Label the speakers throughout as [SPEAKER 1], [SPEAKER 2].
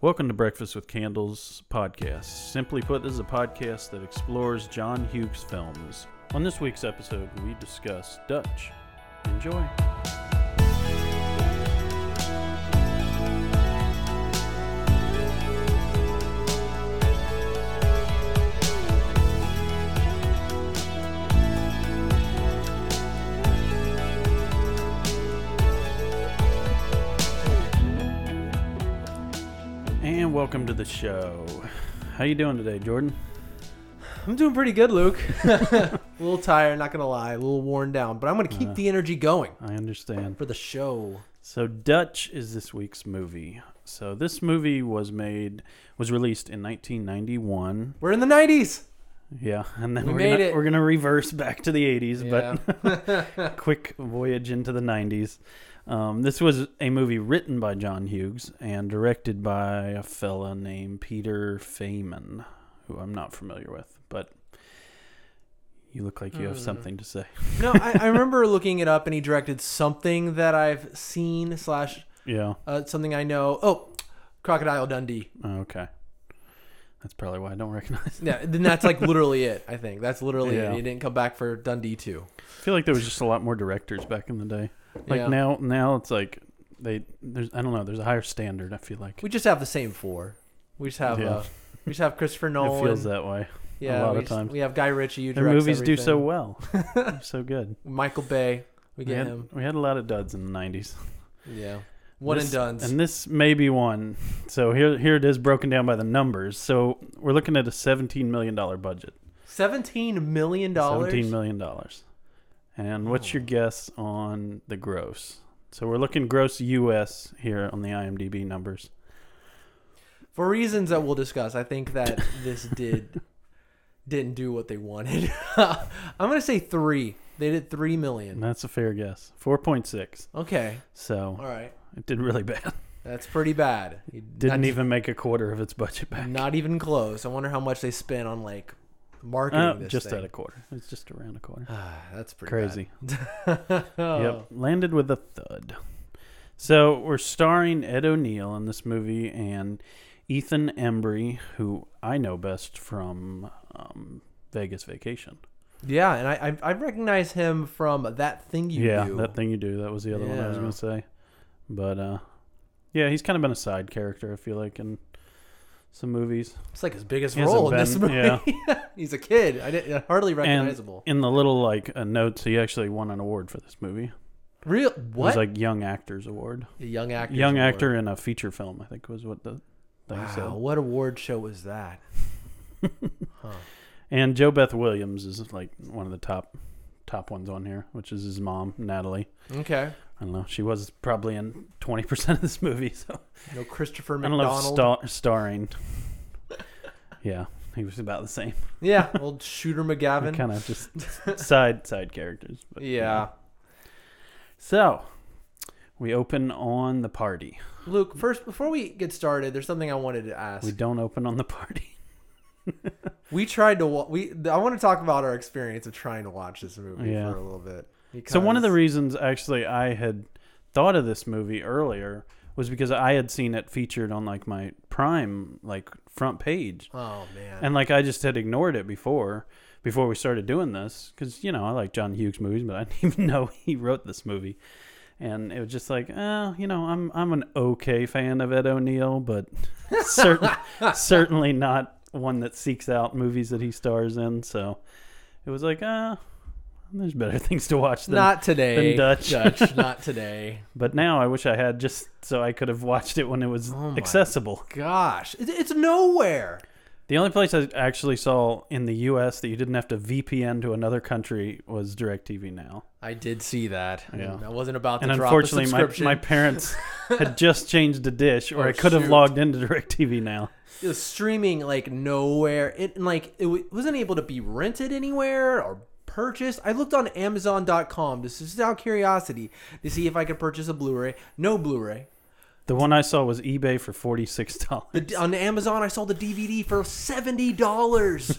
[SPEAKER 1] Welcome to Breakfast with Candles podcast. Simply put, this is a podcast that explores John Hughes films. On this week's episode, we discuss Dutch. Enjoy. And welcome to the show. How you doing today, Jordan?
[SPEAKER 2] I'm doing pretty good, Luke. a little tired, not gonna lie, a little worn down, but I'm gonna keep the energy going
[SPEAKER 1] I understand.
[SPEAKER 2] for the show.
[SPEAKER 1] So Dutch is this week's movie. So this movie was made was released in 1991.
[SPEAKER 2] We're in the '90s.
[SPEAKER 1] Yeah, and then
[SPEAKER 2] We
[SPEAKER 1] are
[SPEAKER 2] made
[SPEAKER 1] gonna,
[SPEAKER 2] it.
[SPEAKER 1] we're gonna reverse back to the 80s,
[SPEAKER 2] Yeah.
[SPEAKER 1] but quick voyage into the 90s. Um, this was a movie written by John Hughes and directed by a fella named Peter Feynman, who I'm not familiar with, but you look like you have
[SPEAKER 2] Mm.
[SPEAKER 1] something to say.
[SPEAKER 2] No, I, I remember looking it up, and he directed something that I've seen slash
[SPEAKER 1] Yeah.
[SPEAKER 2] uh, something I know. Oh, Crocodile Dundee.
[SPEAKER 1] oh, Okay. That's probably why I don't recognize.
[SPEAKER 2] Yeah, then that's like literally it. I think that's literally
[SPEAKER 1] Yeah.
[SPEAKER 2] it. He didn't come back for Dundee two.
[SPEAKER 1] I feel like there was just a lot more directors back in the day. Like
[SPEAKER 2] Yeah.
[SPEAKER 1] now, now it's like they there's I don't know. There's a higher standard. I feel like
[SPEAKER 2] We just have the same four. We just have
[SPEAKER 1] Yeah.
[SPEAKER 2] uh, we just have Christopher Nolan.
[SPEAKER 1] it feels that way.
[SPEAKER 2] yeah,
[SPEAKER 1] lot
[SPEAKER 2] we
[SPEAKER 1] of
[SPEAKER 2] just-
[SPEAKER 1] times.
[SPEAKER 2] we have Guy Ritchie. Who
[SPEAKER 1] Their
[SPEAKER 2] directs
[SPEAKER 1] movies do so
[SPEAKER 2] everything.
[SPEAKER 1] well, so good.
[SPEAKER 2] Michael Bay. We
[SPEAKER 1] we,
[SPEAKER 2] get
[SPEAKER 1] had,
[SPEAKER 2] him.
[SPEAKER 1] we had a lot of duds in the nineties.
[SPEAKER 2] Yeah, one
[SPEAKER 1] This-
[SPEAKER 2] and duns.
[SPEAKER 1] And this may be one. So here, here it is, broken down by the numbers. So we're looking at a seventeen million dollar budget.
[SPEAKER 2] Seventeen million dollars.
[SPEAKER 1] Seventeen million dollars. And what's your guess on the gross? So we're looking gross U.S. here on the IMDb numbers.
[SPEAKER 2] For reasons that we'll discuss, I think that this did didn't do what they wanted. I'm gonna say three. They did three
[SPEAKER 1] And
[SPEAKER 2] million.
[SPEAKER 1] that's a fair guess. Four point six.
[SPEAKER 2] Okay, all
[SPEAKER 1] So
[SPEAKER 2] right,
[SPEAKER 1] it did really bad.
[SPEAKER 2] that's pretty bad. You
[SPEAKER 1] Didn't
[SPEAKER 2] not, e-,
[SPEAKER 1] even make a quarter of its budget back.
[SPEAKER 2] not even close. I wonder how much they spent on like marketing
[SPEAKER 1] Uh,
[SPEAKER 2] this
[SPEAKER 1] just
[SPEAKER 2] thing.
[SPEAKER 1] at a quarter. It's just around a quarter.
[SPEAKER 2] Ah, that's pretty
[SPEAKER 1] Crazy.
[SPEAKER 2] Bad. Oh.
[SPEAKER 1] Yep, landed with a thud. So we're starring Ed O'Neill in this movie and Ethan Embry, who I know best from um, Vegas Vacation.
[SPEAKER 2] Yeah, and I, I I recognize him from that thing you
[SPEAKER 1] yeah,
[SPEAKER 2] do.
[SPEAKER 1] that thing you do. That was the other one I was
[SPEAKER 2] Yeah.
[SPEAKER 1] gonna say, but uh, yeah, he's kind of been a side character. I feel like in some movies.
[SPEAKER 2] It's like his biggest
[SPEAKER 1] He hasn't
[SPEAKER 2] role in this
[SPEAKER 1] been-
[SPEAKER 2] movie.
[SPEAKER 1] yeah.
[SPEAKER 2] He's a kid. I didn't, hardly recognizable.
[SPEAKER 1] In the little like uh, notes, he actually won an award for this movie.
[SPEAKER 2] Real
[SPEAKER 1] It was
[SPEAKER 2] what?
[SPEAKER 1] like Young Actors Award.
[SPEAKER 2] a young actor.
[SPEAKER 1] Young Actor in a feature film, I think, was what the thing
[SPEAKER 2] Wow,
[SPEAKER 1] said.
[SPEAKER 2] what award show was that?
[SPEAKER 1] And Joe Beth Williams is like one of the top top ones on here, which is his mom, Natalie.
[SPEAKER 2] Okay.
[SPEAKER 1] I don't know. She was probably in twenty percent of this movie, so
[SPEAKER 2] No Christopher
[SPEAKER 1] I don't know if
[SPEAKER 2] McDonald.
[SPEAKER 1] star- starring. yeah, he was about the same.
[SPEAKER 2] yeah, old Shooter McGavin.
[SPEAKER 1] Kind of just side side characters. But,
[SPEAKER 2] yeah.
[SPEAKER 1] So we open on the party.
[SPEAKER 2] Luke, first before we get started, there's something I wanted to ask.
[SPEAKER 1] We
[SPEAKER 2] We,
[SPEAKER 1] don't open on the party.
[SPEAKER 2] tried to wa- we I want to talk about our experience of trying to watch this movie
[SPEAKER 1] Yeah.
[SPEAKER 2] for a little bit.
[SPEAKER 1] So one of the
[SPEAKER 2] because-
[SPEAKER 1] reasons actually I had thought of this movie earlier was because I had seen it featured on like my Prime like front page.
[SPEAKER 2] Oh man.
[SPEAKER 1] And like I just had ignored it before before we started doing this cuz you know, I like John Hughes movies, but I didn't even know he wrote this movie. And it was just like, oh, you know, I'm I'm an okay fan of Ed O'Neill, but certain, certainly not one that seeks out movies that he stars in. So it was like, uh, there's better things to watch than
[SPEAKER 2] not
[SPEAKER 1] than
[SPEAKER 2] today.
[SPEAKER 1] Dutch.
[SPEAKER 2] Dutch, not today.
[SPEAKER 1] But now I wish I had just so I could have watched it when it was
[SPEAKER 2] Oh my-
[SPEAKER 1] accessible.
[SPEAKER 2] Gosh, it, it's nowhere.
[SPEAKER 1] The only place I actually saw in the U.S. that you didn't have to VPN to another country was DirecTV Now,
[SPEAKER 2] I did see that.
[SPEAKER 1] Yeah.
[SPEAKER 2] I wasn't about to
[SPEAKER 1] and
[SPEAKER 2] drop a
[SPEAKER 1] unfortunately, my,
[SPEAKER 2] subscription.
[SPEAKER 1] my parents had just changed to Dish, or
[SPEAKER 2] Oh,
[SPEAKER 1] I could have
[SPEAKER 2] shoot.
[SPEAKER 1] logged into DirecTV Now.
[SPEAKER 2] it was streaming like nowhere. It and, like it w- wasn't able to be rented anywhere or purchased. I looked on Amazon.com just just out of curiosity to see if I could purchase a Blu-ray. No Blu-ray.
[SPEAKER 1] The one I saw was eBay for forty six dollars.
[SPEAKER 2] The, d- on Amazon, I sold the DVD for seventy dollars.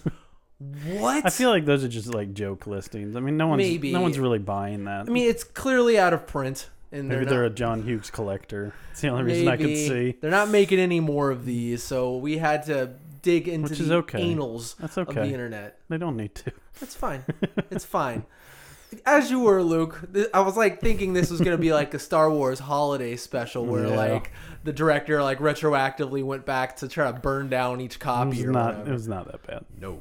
[SPEAKER 2] what?
[SPEAKER 1] I feel like those are just like joke listings. I mean, no one's
[SPEAKER 2] Maybe.
[SPEAKER 1] no one's really buying that.
[SPEAKER 2] I mean, it's clearly out of print. and
[SPEAKER 1] Maybe
[SPEAKER 2] they're,
[SPEAKER 1] they're,
[SPEAKER 2] not,
[SPEAKER 1] a John Hughes collector. It's the only reason I could
[SPEAKER 2] maybe.
[SPEAKER 1] see.
[SPEAKER 2] They're not making any more of these, so we had to dig into
[SPEAKER 1] Which
[SPEAKER 2] the
[SPEAKER 1] is okay.
[SPEAKER 2] annals
[SPEAKER 1] That's
[SPEAKER 2] of the
[SPEAKER 1] okay.
[SPEAKER 2] internet.
[SPEAKER 1] They don't need to.
[SPEAKER 2] It's fine. It's fine. As you were, Luke, th- I was like thinking this was gonna be like a Star Wars holiday special where
[SPEAKER 1] Yeah.
[SPEAKER 2] like the director like retroactively went back to try to burn down each
[SPEAKER 1] It
[SPEAKER 2] copy
[SPEAKER 1] was
[SPEAKER 2] or
[SPEAKER 1] not. It
[SPEAKER 2] whatever.
[SPEAKER 1] was not that bad.
[SPEAKER 2] No.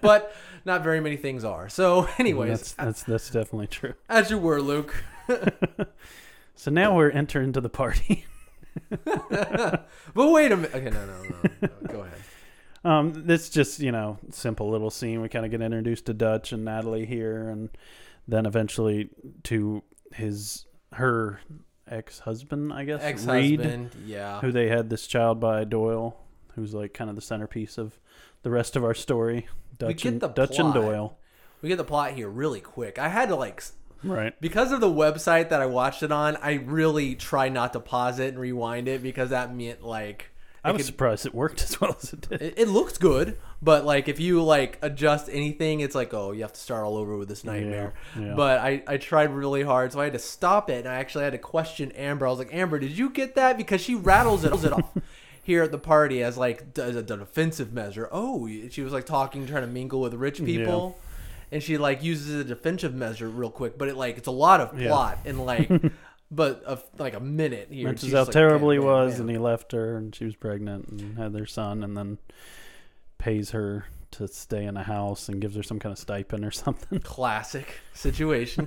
[SPEAKER 2] but not very many things are. So,
[SPEAKER 1] That's
[SPEAKER 2] anyways,
[SPEAKER 1] that's that's definitely true.
[SPEAKER 2] as you were, Luke.
[SPEAKER 1] So now we're entering to the party.
[SPEAKER 2] But wait a minute. Okay, no, no, no, no. Go ahead.
[SPEAKER 1] Um, this just you know simple little scene. We kind of get introduced to Dutch and Natalie here, and then eventually to his her ex husband, I guess.
[SPEAKER 2] Ex
[SPEAKER 1] Reed,
[SPEAKER 2] husband. Yeah.
[SPEAKER 1] who they had this child by Doyle, who's like kind of the centerpiece of the rest of our story. Dutch
[SPEAKER 2] get
[SPEAKER 1] and
[SPEAKER 2] the
[SPEAKER 1] Dutch
[SPEAKER 2] plot.
[SPEAKER 1] and Doyle,
[SPEAKER 2] We get the plot here really quick. I had to like s-
[SPEAKER 1] right?
[SPEAKER 2] because of the website that I watched it on, I really try not to pause it and rewind it because that meant like
[SPEAKER 1] I
[SPEAKER 2] it,
[SPEAKER 1] was
[SPEAKER 2] could-
[SPEAKER 1] surprised it worked as well as it did.
[SPEAKER 2] it, it looked good, but like if you like adjust anything, it's like oh you have to start all over with this nightmare.
[SPEAKER 1] yeah.
[SPEAKER 2] But I I tried really hard, so I had to stop it, and I actually had to question Amber. I was like Amber, did you get that? Because she rattles it, it off. Here at the party, as like d- as a defensive measure. Oh, she was like talking, trying to mingle with rich people, and she like uses a defensive measure real quick. But it like it's a lot of
[SPEAKER 1] Yeah.
[SPEAKER 2] plot and like, but a, like a minute here.
[SPEAKER 1] Which is
[SPEAKER 2] She's
[SPEAKER 1] how
[SPEAKER 2] like,
[SPEAKER 1] terrible he
[SPEAKER 2] bam, bam,
[SPEAKER 1] was,
[SPEAKER 2] bam.
[SPEAKER 1] and he left her, and she was pregnant and had their son, and then pays her to stay in a house and gives her some kind of stipend or something.
[SPEAKER 2] classic situation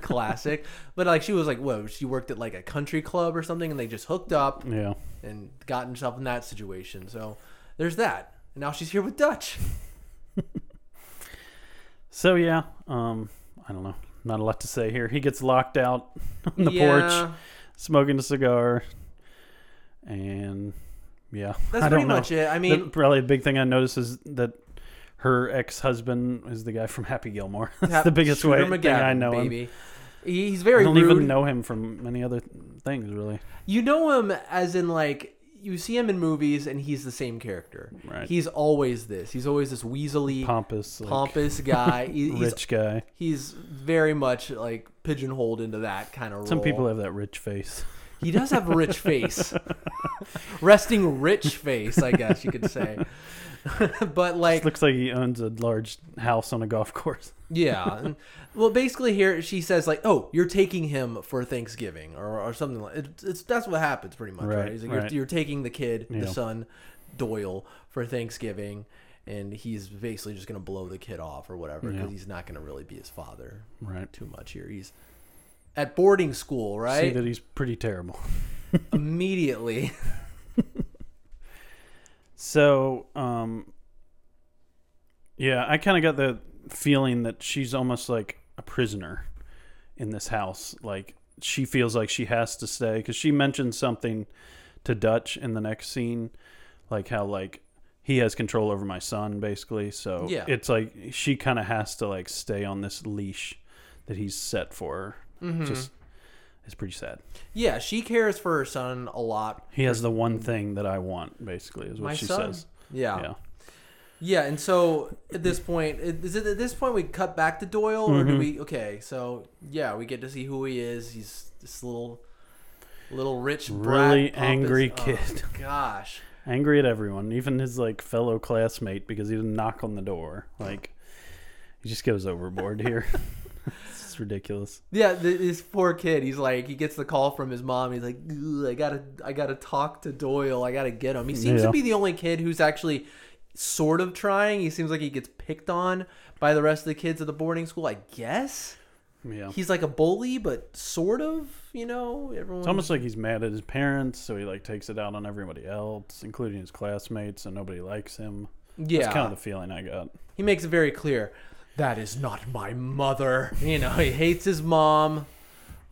[SPEAKER 2] classic but like she was like whoa she worked at like a country club or something and they just hooked up
[SPEAKER 1] yeah,
[SPEAKER 2] and got herself in that situation so there's that and now she's here with dutch
[SPEAKER 1] so yeah, um, I don't know, not a lot to say here. He gets locked out on the porch, smoking a cigar, and yeah,
[SPEAKER 2] that's
[SPEAKER 1] I
[SPEAKER 2] pretty
[SPEAKER 1] don't know.
[SPEAKER 2] much it i
[SPEAKER 1] The-
[SPEAKER 2] mean
[SPEAKER 1] probably a big thing I noticed is that her ex husband is the guy from Happy Gilmore. That's
[SPEAKER 2] Hap-
[SPEAKER 1] the biggest way
[SPEAKER 2] Shooter
[SPEAKER 1] thing I
[SPEAKER 2] McGavin,
[SPEAKER 1] know him.
[SPEAKER 2] baby. He- he's
[SPEAKER 1] I
[SPEAKER 2] very
[SPEAKER 1] don't
[SPEAKER 2] rude
[SPEAKER 1] even know him from many other things, really.
[SPEAKER 2] you know him as in like you see him in movies and he's the same character
[SPEAKER 1] Right.
[SPEAKER 2] he's always this he's always this weaselly
[SPEAKER 1] pompous, like,
[SPEAKER 2] pompous guy he, he's,
[SPEAKER 1] rich guy.
[SPEAKER 2] he's very much like pigeonholed into that kind of role
[SPEAKER 1] Some people have that rich face.
[SPEAKER 2] He does have a rich face. Resting rich face, I guess you could say. but like
[SPEAKER 1] Looks like he owns a large house on a golf course.
[SPEAKER 2] yeah. And- Well, basically here she says like, "Oh, you're taking him for Thanksgiving or, or something like it, it's that's what happens pretty much, right?
[SPEAKER 1] Right,
[SPEAKER 2] He's like
[SPEAKER 1] right.
[SPEAKER 2] You're, you're taking the kid,
[SPEAKER 1] Yeah.
[SPEAKER 2] the son Doyle for Thanksgiving." And he's basically just gonna blow the kid off or whatever because
[SPEAKER 1] Yeah.
[SPEAKER 2] he's not gonna really be his father
[SPEAKER 1] Right.
[SPEAKER 2] too much here. He's at boarding school,
[SPEAKER 1] See
[SPEAKER 2] right?
[SPEAKER 1] that he's pretty terrible.
[SPEAKER 2] Immediately,
[SPEAKER 1] So, um, yeah, I kind of got the feeling that she's almost like a prisoner in this house. Like she feels like she has to stay because she mentioned something to Dutch in the next scene, like how like he has control over my son, basically. So
[SPEAKER 2] Yeah.
[SPEAKER 1] it's like she kind of has to like stay on this leash that he's set for her. Just it's pretty sad.
[SPEAKER 2] yeah, she cares for her son a lot
[SPEAKER 1] He has the one thing that I want, basically, is what she says.
[SPEAKER 2] Yeah. yeah,
[SPEAKER 1] Yeah.
[SPEAKER 2] and so at this point, is it at this point we cut back to Doyle, or
[SPEAKER 1] Mm-hmm.
[SPEAKER 2] do we? Okay, so yeah, we get to see who he is. He's this little, little rich, brat,
[SPEAKER 1] Really
[SPEAKER 2] pompous-
[SPEAKER 1] angry
[SPEAKER 2] oh,
[SPEAKER 1] kid.
[SPEAKER 2] gosh,
[SPEAKER 1] angry at everyone, even his like fellow classmate because he didn't knock on the door. Like he just goes overboard here. it's ridiculous.
[SPEAKER 2] yeah, th- this poor kid. He's like, he gets the call from his mom. He's like, "Ugh, I gotta, I gotta talk to Doyle. I gotta get him. He seems
[SPEAKER 1] Yeah.
[SPEAKER 2] to be the only kid who's actually sort of trying. He seems like he gets picked on by the rest of the kids at the boarding school. I guess.
[SPEAKER 1] Yeah.
[SPEAKER 2] he's like a bully, but sort of, you know, everyone.
[SPEAKER 1] it's almost like he's mad at his parents, so he like takes it out on everybody else, including his classmates, and nobody likes him.
[SPEAKER 2] yeah,
[SPEAKER 1] That's kind of the feeling I got.
[SPEAKER 2] he makes it very clear. That is not my mother. You know, he hates his mom,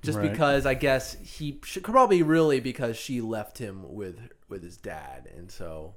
[SPEAKER 2] just
[SPEAKER 1] Right.
[SPEAKER 2] because I guess he should, probably really because she left him with with his dad, and so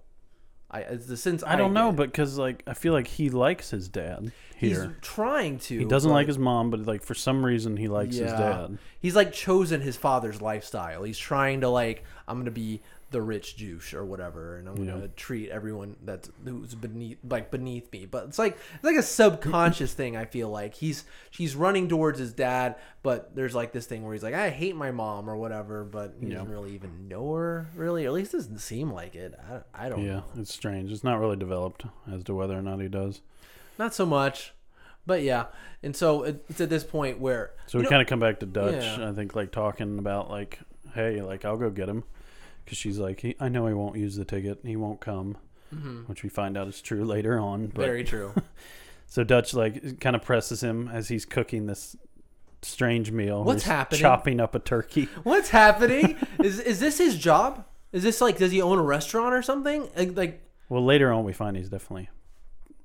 [SPEAKER 2] I it's the sense I,
[SPEAKER 1] I don't know,
[SPEAKER 2] get.
[SPEAKER 1] but because like I feel like he likes his dad
[SPEAKER 2] he's
[SPEAKER 1] here.
[SPEAKER 2] trying to.
[SPEAKER 1] he doesn't like his mom, but like for some reason he likes his dad.
[SPEAKER 2] He's like chosen his father's lifestyle. He's trying to like I'm gonna be the the rich juice or whatever, and I'm gonna treat everyone that's who's beneath like beneath me. But it's like it's like a subconscious thing. I feel like he's she's running towards his dad, but there's like this thing where he's like, I hate my mom or whatever, but he doesn't really even know her really. Or at least it doesn't seem like it. I, I don't.
[SPEAKER 1] Yeah, it's strange. It's not really developed as to whether or not he does.
[SPEAKER 2] Not so much. But yeah, and so it, it's at this point where
[SPEAKER 1] So
[SPEAKER 2] you
[SPEAKER 1] we
[SPEAKER 2] know-
[SPEAKER 1] kind of come back to Dutch.
[SPEAKER 2] Yeah.
[SPEAKER 1] I think like talking about like, hey, like I'll go get him, because she's like, he, I know he won't use the ticket. He won't come, which we find out is true later on. But
[SPEAKER 2] Mm-hmm. very true.
[SPEAKER 1] so Dutch like kind of presses him as he's cooking this strange meal.
[SPEAKER 2] What's
[SPEAKER 1] He's
[SPEAKER 2] happening?
[SPEAKER 1] Chopping up a turkey.
[SPEAKER 2] What's happening? is is this his job? Is this like does he own a restaurant or something? Like, like
[SPEAKER 1] Well, later on we find he's definitely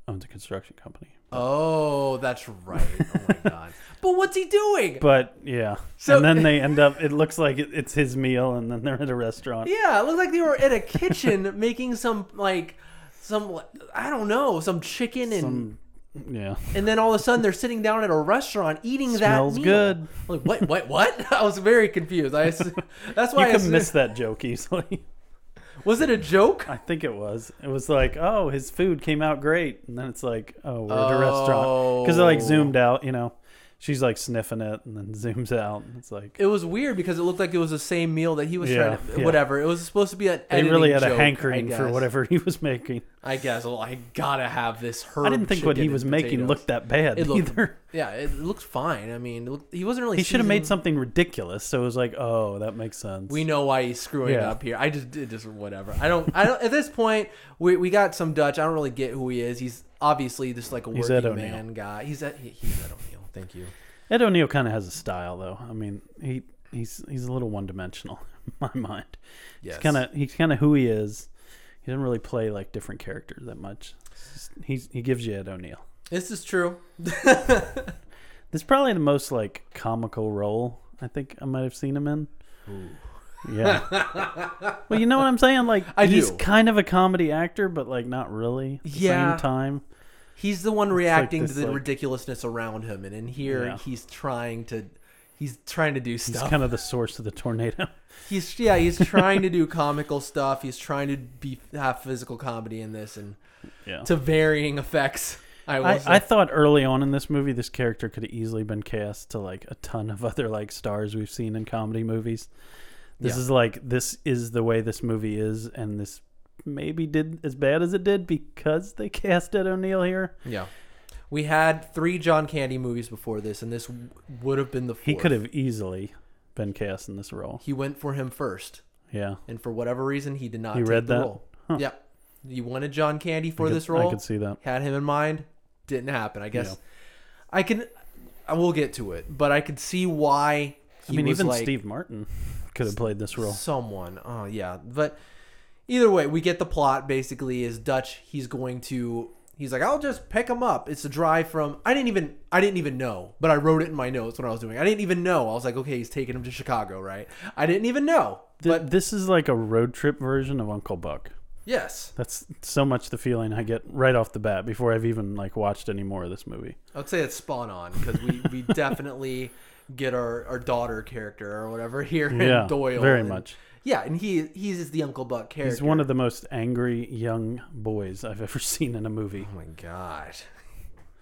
[SPEAKER 1] owns a construction company.
[SPEAKER 2] oh, that's right. Oh my god. But what's he doing?
[SPEAKER 1] But yeah,
[SPEAKER 2] So-
[SPEAKER 1] and then they end up. It looks like it, it's his meal, and then they're at a restaurant.
[SPEAKER 2] yeah, it looked like they were at a kitchen making some like some like, I don't know, some chicken and
[SPEAKER 1] Um, Yeah,
[SPEAKER 2] and then all of a sudden they're sitting down at a restaurant eating
[SPEAKER 1] Smells
[SPEAKER 2] that meal.
[SPEAKER 1] good.
[SPEAKER 2] Like what what what? I was very confused. I ass- that's why
[SPEAKER 1] you
[SPEAKER 2] I
[SPEAKER 1] can
[SPEAKER 2] assumed-
[SPEAKER 1] miss that joke easily.
[SPEAKER 2] was it a joke?
[SPEAKER 1] I think it was. It was like, oh, his food came out great, and then it's like, oh, we're at a restaurant because it like
[SPEAKER 2] Oh.
[SPEAKER 1] zoomed out. You know, she's like sniffing it, and then zooms out. And it's like
[SPEAKER 2] It was weird because it looked like it was the same meal that he was
[SPEAKER 1] Yeah,
[SPEAKER 2] trying to
[SPEAKER 1] yeah.
[SPEAKER 2] whatever. It was supposed to be an
[SPEAKER 1] they really
[SPEAKER 2] editing
[SPEAKER 1] had a
[SPEAKER 2] joke,
[SPEAKER 1] hankering
[SPEAKER 2] I
[SPEAKER 1] for
[SPEAKER 2] guess.
[SPEAKER 1] whatever he was making.
[SPEAKER 2] I guess well, I gotta have this herb.
[SPEAKER 1] I didn't think what he
[SPEAKER 2] chicken
[SPEAKER 1] was
[SPEAKER 2] and
[SPEAKER 1] making
[SPEAKER 2] potatoes.
[SPEAKER 1] looked that bad
[SPEAKER 2] It looked-
[SPEAKER 1] either.
[SPEAKER 2] Yeah, it looked fine. I mean, it looked, he wasn't really.
[SPEAKER 1] He should have made
[SPEAKER 2] seasoned.
[SPEAKER 1] something ridiculous. So it was like, oh, that makes sense.
[SPEAKER 2] We know why he's screwing
[SPEAKER 1] Yeah.
[SPEAKER 2] up here. I just did just whatever. I don't. I don't. At this point, we we got some Dutch. I don't really get who he is. He's obviously just like a
[SPEAKER 1] He's Ed
[SPEAKER 2] working
[SPEAKER 1] O'Neill.
[SPEAKER 2] man guy. He's at he, he's at O'Neill. Thank you.
[SPEAKER 1] Ed O'Neill kind of has a style, though. I mean, he he's he's a little one dimensional in my mind.
[SPEAKER 2] Yes.
[SPEAKER 1] He's kind of he's kind of who he is. He doesn't really play like different characters that much. It's just- He's he gives you Ed O'Neill.
[SPEAKER 2] This is true.
[SPEAKER 1] This is probably the most like comical role I think I might have seen him in. Yeah. well, you know what I'm saying? Like
[SPEAKER 2] I
[SPEAKER 1] he's
[SPEAKER 2] do.
[SPEAKER 1] kind of a comedy actor, but like not really. At the
[SPEAKER 2] Yeah.
[SPEAKER 1] Same time.
[SPEAKER 2] He's the one reacting
[SPEAKER 1] this,
[SPEAKER 2] to the
[SPEAKER 1] like-
[SPEAKER 2] ridiculousness around him, and in here
[SPEAKER 1] Yeah.
[SPEAKER 2] he's trying to he's trying to do
[SPEAKER 1] He's
[SPEAKER 2] stuff.
[SPEAKER 1] kind of the source of the tornado.
[SPEAKER 2] He's yeah, he's trying to do comical stuff. He's trying to be have physical comedy in this, and
[SPEAKER 1] Yeah.
[SPEAKER 2] to varying effects. I will
[SPEAKER 1] I,
[SPEAKER 2] say.
[SPEAKER 1] I thought early on in this movie, this character could have easily been cast to like a ton of other like stars we've seen in comedy movies. This
[SPEAKER 2] Yeah.
[SPEAKER 1] is like this is the way this movie is, and this maybe did as bad as it did because they cast Ed O'Neill here.
[SPEAKER 2] yeah, we had three John Candy movies before this, and this w- would have been the fourth.
[SPEAKER 1] He could have easily been cast in this role.
[SPEAKER 2] He went for him first,
[SPEAKER 1] Yeah,
[SPEAKER 2] and for whatever reason, he did not.
[SPEAKER 1] You
[SPEAKER 2] take
[SPEAKER 1] read
[SPEAKER 2] the
[SPEAKER 1] that?
[SPEAKER 2] role.
[SPEAKER 1] Huh.
[SPEAKER 2] Yeah, you wanted John Candy for
[SPEAKER 1] I could-
[SPEAKER 2] this role.
[SPEAKER 1] I could see that.
[SPEAKER 2] had him in mind. Didn't happen. I guess
[SPEAKER 1] Yeah.
[SPEAKER 2] I can. I will get to it, but I could see why. He
[SPEAKER 1] I mean,
[SPEAKER 2] was
[SPEAKER 1] even
[SPEAKER 2] like,
[SPEAKER 1] Steve Martin could have played this role.
[SPEAKER 2] Someone. Oh yeah. But either way, we get the plot basically is Dutch he's going to he's like, I'll just pick him up. It's a drive from I didn't even I didn't even know, but I wrote it in my notes when I was doing it. I didn't even know. I was like, okay, he's taking him to Chicago, right? I didn't even know.
[SPEAKER 1] Th-
[SPEAKER 2] But
[SPEAKER 1] this is like a road trip version of Uncle Buck.
[SPEAKER 2] yes.
[SPEAKER 1] That's so much the feeling I get right off the bat before I've even like watched any more of this movie.
[SPEAKER 2] I would say it's spawn on because we, we definitely get our, our daughter character or whatever here
[SPEAKER 1] Yeah,
[SPEAKER 2] in Doyle.
[SPEAKER 1] very
[SPEAKER 2] And-
[SPEAKER 1] much.
[SPEAKER 2] Yeah, and he he's the Uncle Buck character.
[SPEAKER 1] He's one of the most angry young boys I've ever seen in a movie.
[SPEAKER 2] Oh my god.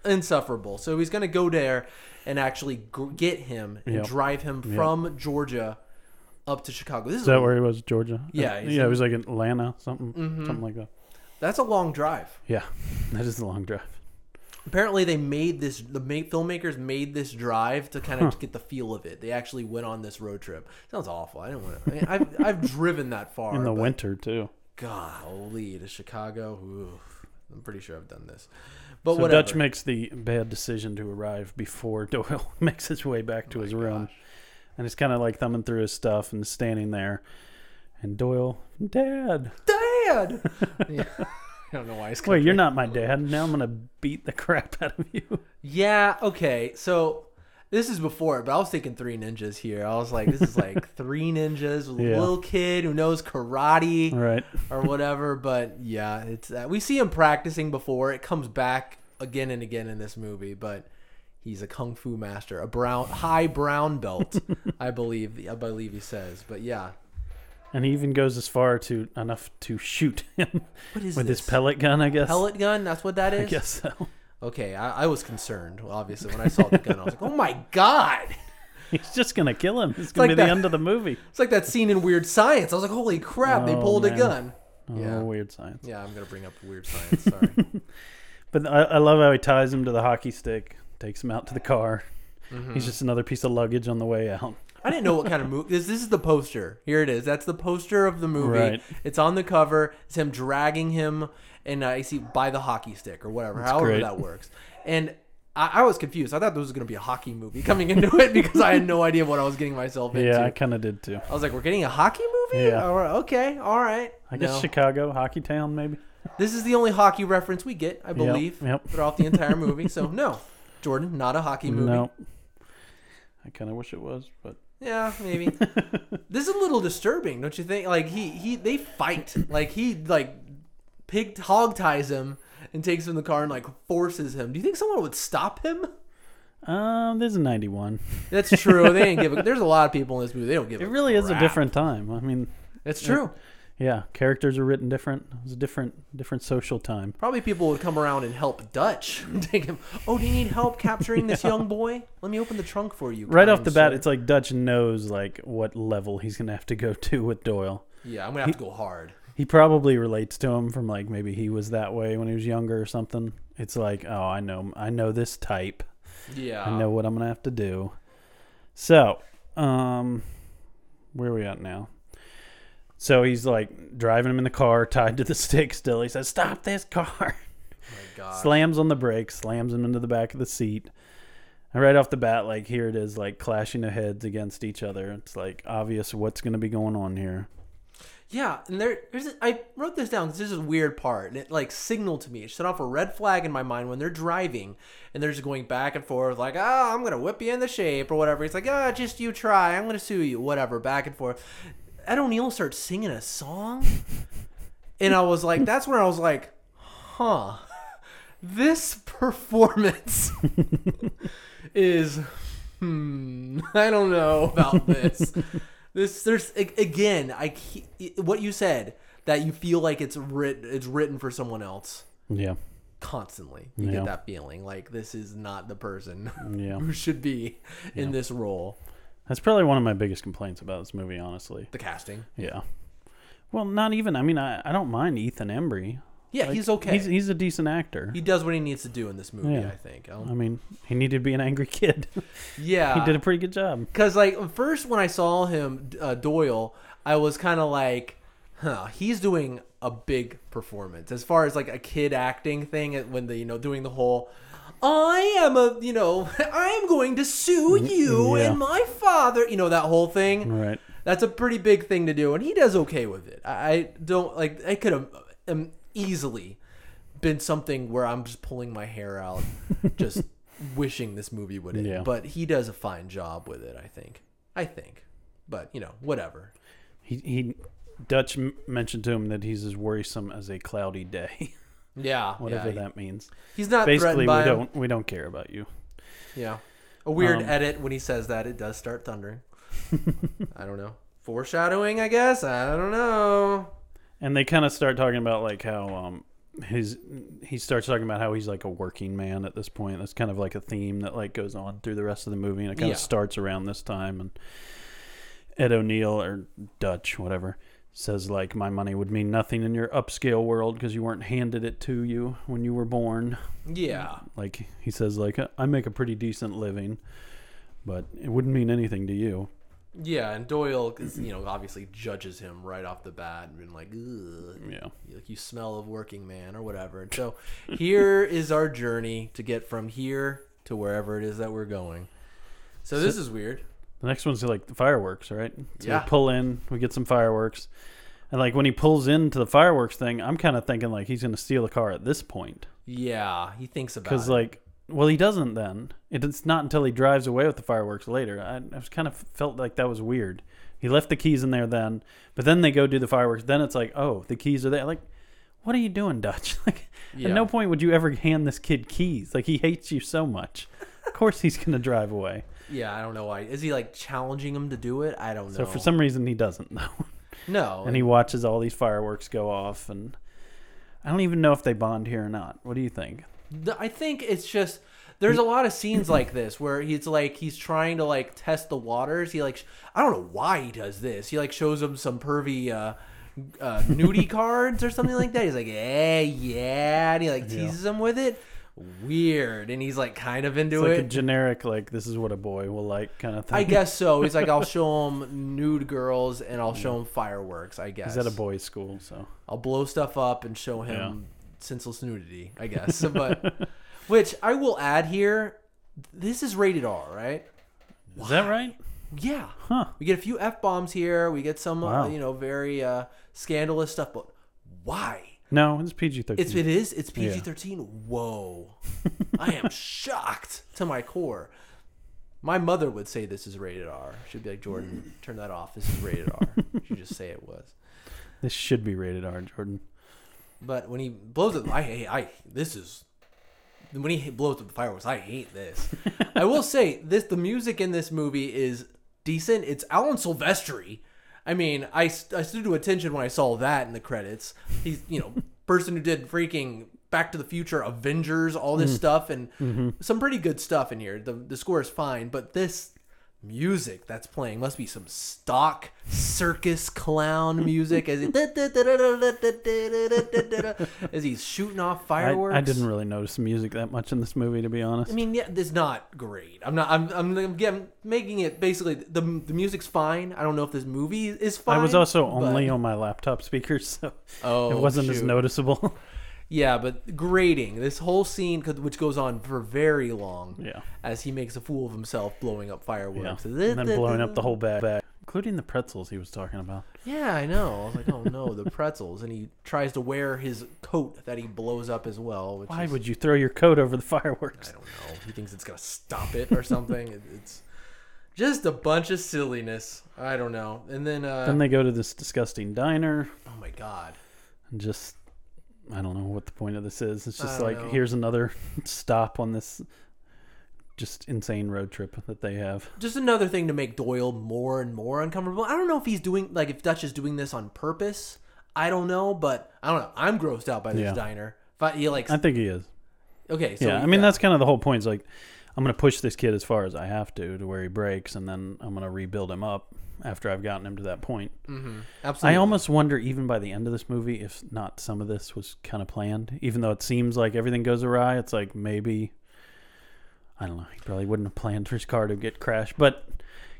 [SPEAKER 2] Insufferable. So he's going to go there and actually gr get him and
[SPEAKER 1] Yep.
[SPEAKER 2] drive him from Georgia up to Chicago. This is,
[SPEAKER 1] Is that where he was, Georgia?
[SPEAKER 2] Hmm.
[SPEAKER 1] Uh,
[SPEAKER 2] Yeah, he's
[SPEAKER 1] yeah,
[SPEAKER 2] in- Mm-hmm.
[SPEAKER 1] it was like Atlanta, something, something like that.
[SPEAKER 2] that's a long drive.
[SPEAKER 1] Yeah, that is a long drive.
[SPEAKER 2] Apparently, they made this. The ma- filmmakers made this drive to kind of get the feel of it. They actually went on this road trip. Sounds awful. I don't want to. I mean, I've I've driven that far
[SPEAKER 1] In the
[SPEAKER 2] but-
[SPEAKER 1] winter too.
[SPEAKER 2] Golly, to Chicago. Oof. I'm pretty sure I've done this, but
[SPEAKER 1] So
[SPEAKER 2] whatever.
[SPEAKER 1] Dutch makes the bad decision to arrive before Doyle makes his way back
[SPEAKER 2] Oh
[SPEAKER 1] to his room, and he's kind of like thumbing through his stuff and standing there, and Doyle, Dad,
[SPEAKER 2] Dad. Yeah. I don't know why he's.
[SPEAKER 1] wait, you're not my dad. Now I'm gonna beat the crap out of you.
[SPEAKER 2] Yeah, okay. So this is before, but I was thinking Three Ninjas here. I was like, this is like Three Ninjas with
[SPEAKER 1] Yeah.
[SPEAKER 2] a little kid who knows karate
[SPEAKER 1] All right.
[SPEAKER 2] or whatever. But yeah, it's that. We see him practicing before. It comes back again and again in this movie, but he's a kung fu master, a brown high brown belt, I believe. I believe he says. But yeah,
[SPEAKER 1] And he even goes as far to enough to shoot him
[SPEAKER 2] What is
[SPEAKER 1] with
[SPEAKER 2] this?
[SPEAKER 1] his pellet gun, I guess.
[SPEAKER 2] pellet gun? That's what that
[SPEAKER 1] I
[SPEAKER 2] is.
[SPEAKER 1] guess so.
[SPEAKER 2] Okay, I, I was concerned. Well, obviously, when I saw the gun, I was like, "Oh my god!"
[SPEAKER 1] He's just gonna kill him. It's gonna
[SPEAKER 2] like
[SPEAKER 1] be the
[SPEAKER 2] that-
[SPEAKER 1] end of the movie.
[SPEAKER 2] It's like that scene in Weird Science. I was like, "Holy crap!" they
[SPEAKER 1] Oh,
[SPEAKER 2] pulled a
[SPEAKER 1] man.
[SPEAKER 2] gun.
[SPEAKER 1] Oh,
[SPEAKER 2] Yeah.
[SPEAKER 1] weird science.
[SPEAKER 2] Yeah, I'm gonna bring up Weird Science. Sorry.
[SPEAKER 1] But I, I love how he ties him to the hockey stick, takes him out to the car. He's just another piece of luggage on the way out.
[SPEAKER 2] I didn't know what kind of movie this. This is the poster. Here it is. That's the poster of the movie.
[SPEAKER 1] Right.
[SPEAKER 2] It's on the cover. It's him dragging him, and I see by the hockey stick or whatever, however
[SPEAKER 1] great.
[SPEAKER 2] that works. And I, I was confused. I thought this was going to be a hockey movie coming into it because I had no idea what I was getting myself into.
[SPEAKER 1] Yeah, I
[SPEAKER 2] I,
[SPEAKER 1] kind of did too.
[SPEAKER 2] was like, "We're getting a hockey movie?
[SPEAKER 1] Yeah.
[SPEAKER 2] All right, okay, all right."
[SPEAKER 1] I guess
[SPEAKER 2] No.
[SPEAKER 1] Chicago, hockey town, maybe.
[SPEAKER 2] this is the only hockey reference we get, I believe,
[SPEAKER 1] yep.
[SPEAKER 2] throughout the entire movie. So no, Jordan, not a hockey E movie.
[SPEAKER 1] No, I kind of wish it was, but
[SPEAKER 2] Yeah, maybe. this is a little disturbing, don't you think? Like he he they fight. Like he like pig hog ties him and takes him in the car and like forces him. Do you think someone would stop him?
[SPEAKER 1] um, there's a '91.
[SPEAKER 2] That's true. they ain't give a, there's a lot of people in this movie. They don't give
[SPEAKER 1] It
[SPEAKER 2] a
[SPEAKER 1] really is a
[SPEAKER 2] crap.
[SPEAKER 1] different time. I mean,
[SPEAKER 2] It's true.
[SPEAKER 1] yeah, characters are written different. It was a different, different social time.
[SPEAKER 2] Probably people would come around and help Dutch take him. Oh, do you need help capturing this young boy? Let me open the trunk for you.
[SPEAKER 1] Right off
[SPEAKER 2] kind
[SPEAKER 1] the bat,
[SPEAKER 2] sir.
[SPEAKER 1] it's like Dutch knows like what level he's gonna have to go to with Doyle.
[SPEAKER 2] yeah, I'm gonna have to go hard.
[SPEAKER 1] He probably relates to him from like maybe he was that way when he was younger or something. It's like, oh, I know, I know this type.
[SPEAKER 2] Yeah,
[SPEAKER 1] I know what I'm gonna have to do. So, um, where are we at now? So he's like driving him in the car, tied to the stick. Still, he says, "Stop this car!"
[SPEAKER 2] Oh my God.
[SPEAKER 1] slams on the brakes, slams him into the back of the seat. And right off the bat, like here it is, like clashing of heads against each other. It's like obvious what's going to be going on here.
[SPEAKER 2] Yeah, and there, there's a, I wrote this down 'cause this is a weird part, and it like signaled to me. It set off a red flag in my mind when they're driving, and they're just going back and forth, like, "Ah, I'm gonna whip you into shape" or whatever. It's like, "Ah, just you try. I'm gonna sue you," whatever, back and forth. Ed O'Neill starts singing a song, and I was like, "That's where I was like, huh, this performance is." hmm, I don't know about this. this there's a- again, I ke- what you said that you feel like it's writ it's written for someone else
[SPEAKER 1] Yeah,
[SPEAKER 2] constantly. You
[SPEAKER 1] Yeah.
[SPEAKER 2] get that feeling like this is not the person
[SPEAKER 1] yeah.
[SPEAKER 2] who should be in this role.
[SPEAKER 1] That's probably one of my biggest complaints about this movie, honestly.
[SPEAKER 2] The casting.
[SPEAKER 1] Yeah. Well, not even. I mean, I, I don't mind Ethan Embry.
[SPEAKER 2] Yeah,
[SPEAKER 1] Like,
[SPEAKER 2] he's okay.
[SPEAKER 1] He's he's a decent actor.
[SPEAKER 2] he does what he needs to do in this movie,
[SPEAKER 1] Yeah.
[SPEAKER 2] I think. I
[SPEAKER 1] I
[SPEAKER 2] don't-
[SPEAKER 1] mean, he needed to be an angry kid.
[SPEAKER 2] Yeah.
[SPEAKER 1] he did a pretty good job.
[SPEAKER 2] Because like first when I saw him uh, Doyle, I was kind of like, huh, he's doing a big performance as far as like a kid acting thing when the you know doing the whole. I am a, you know, I am going to sue you
[SPEAKER 1] Mm-hmm. yeah.
[SPEAKER 2] and my father, you know, that whole thing.
[SPEAKER 1] Right.
[SPEAKER 2] That's a pretty big thing to do, and he does okay with it. I, I don't like. I could have um, easily been something where I'm just pulling my hair out, just wishing this movie would end.
[SPEAKER 1] Yeah.
[SPEAKER 2] But he does a fine job with it. I think. I think. But you know, whatever.
[SPEAKER 1] He he. Dutch m- mentioned to him that he's as worrisome as a cloudy day,
[SPEAKER 2] Yeah.
[SPEAKER 1] whatever
[SPEAKER 2] yeah.
[SPEAKER 1] that means.
[SPEAKER 2] He's not
[SPEAKER 1] basically
[SPEAKER 2] threatened
[SPEAKER 1] we
[SPEAKER 2] by him.
[SPEAKER 1] don't we don't care about you
[SPEAKER 2] Yeah. A weird
[SPEAKER 1] Um,
[SPEAKER 2] edit when he says that. It does start thundering. I don't know. Foreshadowing, I guess. I don't know.
[SPEAKER 1] and they kind of start talking about like how um his he starts talking about how he's like a working man at this point that's kind of like a theme that like goes on through the rest of the movie and it kind
[SPEAKER 2] Yeah.
[SPEAKER 1] of starts around this time and ed o'neill or dutch whatever says like my money would mean nothing in your upscale world because you weren't handed it to you when you were born
[SPEAKER 2] Yeah.
[SPEAKER 1] like he says like i make a pretty decent living but it wouldn't mean anything to you
[SPEAKER 2] Yeah, and Doyle, 'cause, you know, obviously judges him right off the bat and been like, Ugh,
[SPEAKER 1] yeah
[SPEAKER 2] like you smell of working man or whatever. And so here is our journey to get from here to wherever it is that we're going. So this is weird.
[SPEAKER 1] The next one's like the fireworks, right? So
[SPEAKER 2] Yeah.
[SPEAKER 1] we pull in, we get some fireworks. And like when he pulls into the fireworks thing, I'm kind of thinking like he's going to steal the car at this point.
[SPEAKER 2] Yeah, he thinks about
[SPEAKER 1] Because
[SPEAKER 2] it.
[SPEAKER 1] like, well, he doesn't then. It's not until he drives away with the fireworks later. I, I was kind of felt like that was weird. He left the keys in there then, but then they go do the fireworks. Then it's like, oh, the keys are there. Like, what are you doing, Dutch? Like,
[SPEAKER 2] Yeah.
[SPEAKER 1] at no point would you ever hand this kid keys. Like, he hates you so much. of course he's going to drive away.
[SPEAKER 2] yeah, I don't know why. Is he like challenging him to do it? I don't know.
[SPEAKER 1] So for some reason he doesn't though.
[SPEAKER 2] No.
[SPEAKER 1] and he watches all these fireworks go off and I don't even know if they bond here or not. What do you think?
[SPEAKER 2] The- I think it's just there's a lot of scenes like this where he's like he's trying to like test the waters. He like sh- I don't know why he does this. He like shows him some pervy uh, uh, nudie cards or something like that. He's like, "Hey, yeah," and he like teases him with it. Weird, and he's like kind of into
[SPEAKER 1] It's like
[SPEAKER 2] it.
[SPEAKER 1] a generic like this is what a boy will like kind of thing.
[SPEAKER 2] I guess so. He's like, I'll show him nude girls and I'll show him fireworks. I guess.
[SPEAKER 1] He's at a boys' school, so
[SPEAKER 2] I'll blow stuff up and show him senseless nudity, I guess. but which I will add here, this is rated R, right?
[SPEAKER 1] is that right?
[SPEAKER 2] Yeah.
[SPEAKER 1] Huh.
[SPEAKER 2] We get a few f bombs here. We get some,
[SPEAKER 1] Wow.
[SPEAKER 2] uh, you know, very uh, scandalous stuff. But why?
[SPEAKER 1] No, it's PG
[SPEAKER 2] It's
[SPEAKER 1] thirteen.
[SPEAKER 2] it is. It's PG thirteen. Whoa. I am shocked to my core. My mother would say this is rated R. She'd be like, Jordan, turn that off. This is rated R. She'd just say it was.
[SPEAKER 1] This should be rated R, Jordan.
[SPEAKER 2] But when he blows it, I hate. I this is when he blows up the fireworks. I hate this. I will say this: the music in this movie is decent. It's Alan Silvestri. I mean, I, st- I stood to attention when I saw that in the credits. He's you know person who did freaking Back to the Future, Avengers, all
[SPEAKER 1] Mm-hmm.
[SPEAKER 2] this stuff, and some pretty good stuff in here. The the score is fine, but this music that's playing must be some stock circus clown music as he, as he's shooting off
[SPEAKER 1] I,
[SPEAKER 2] fireworks.
[SPEAKER 1] I didn't really notice the music that much in this movie, to be honest.
[SPEAKER 2] I mean, yeah, it's not great. I'm not. I'm. I'm, I'm, yeah, I'm making it basically the the music's fine. I don't know if this movie is fine.
[SPEAKER 1] I was also
[SPEAKER 2] but-
[SPEAKER 1] only on my laptop speakers, so
[SPEAKER 2] Oh,
[SPEAKER 1] it wasn't as
[SPEAKER 2] shoot.
[SPEAKER 1] noticeable.
[SPEAKER 2] Yeah, but grading this whole scene, 'cause- which goes on for very long.
[SPEAKER 1] Yeah.
[SPEAKER 2] As he makes a fool of himself, blowing up
[SPEAKER 1] yeah.
[SPEAKER 2] fireworks.
[SPEAKER 1] And then blowing up the whole bag, bag, including the pretzels he was talking about.
[SPEAKER 2] Yeah, I know. I was like, oh no, the pretzels, and he tries to wear his coat that he blows up as well. Which
[SPEAKER 1] Why
[SPEAKER 2] is,
[SPEAKER 1] would you throw your coat over the fireworks?
[SPEAKER 2] I don't know. He thinks it's gonna stop it or something. It- it's just a bunch of silliness. I don't know. And then, uh,
[SPEAKER 1] Then they go to this disgusting diner
[SPEAKER 2] oh my god.
[SPEAKER 1] and just I don't know what the point of this is. It's
[SPEAKER 2] I
[SPEAKER 1] just
[SPEAKER 2] don't
[SPEAKER 1] like
[SPEAKER 2] know.
[SPEAKER 1] here's another stop on this just insane road trip that they have.
[SPEAKER 2] just another thing to make Doyle more and more uncomfortable. I don't know if he's doing like if Dutch is doing this on purpose. I don't know, but I don't know. I'm grossed out by this
[SPEAKER 1] Yeah.
[SPEAKER 2] diner. If I, he like
[SPEAKER 1] I think he is.
[SPEAKER 2] okay, so
[SPEAKER 1] Yeah, I mean that's kind of the whole point. Is like I'm gonna push this kid as far as I have to to where he breaks, and then I'm gonna rebuild him up after I've gotten him to that point. I
[SPEAKER 2] absolutely.
[SPEAKER 1] almost wonder, even by the end of this movie, if not some of this was kind of planned. Even though it seems like everything goes awry, it's like maybe I don't know. He probably wouldn't have planned for his car to get crashed, but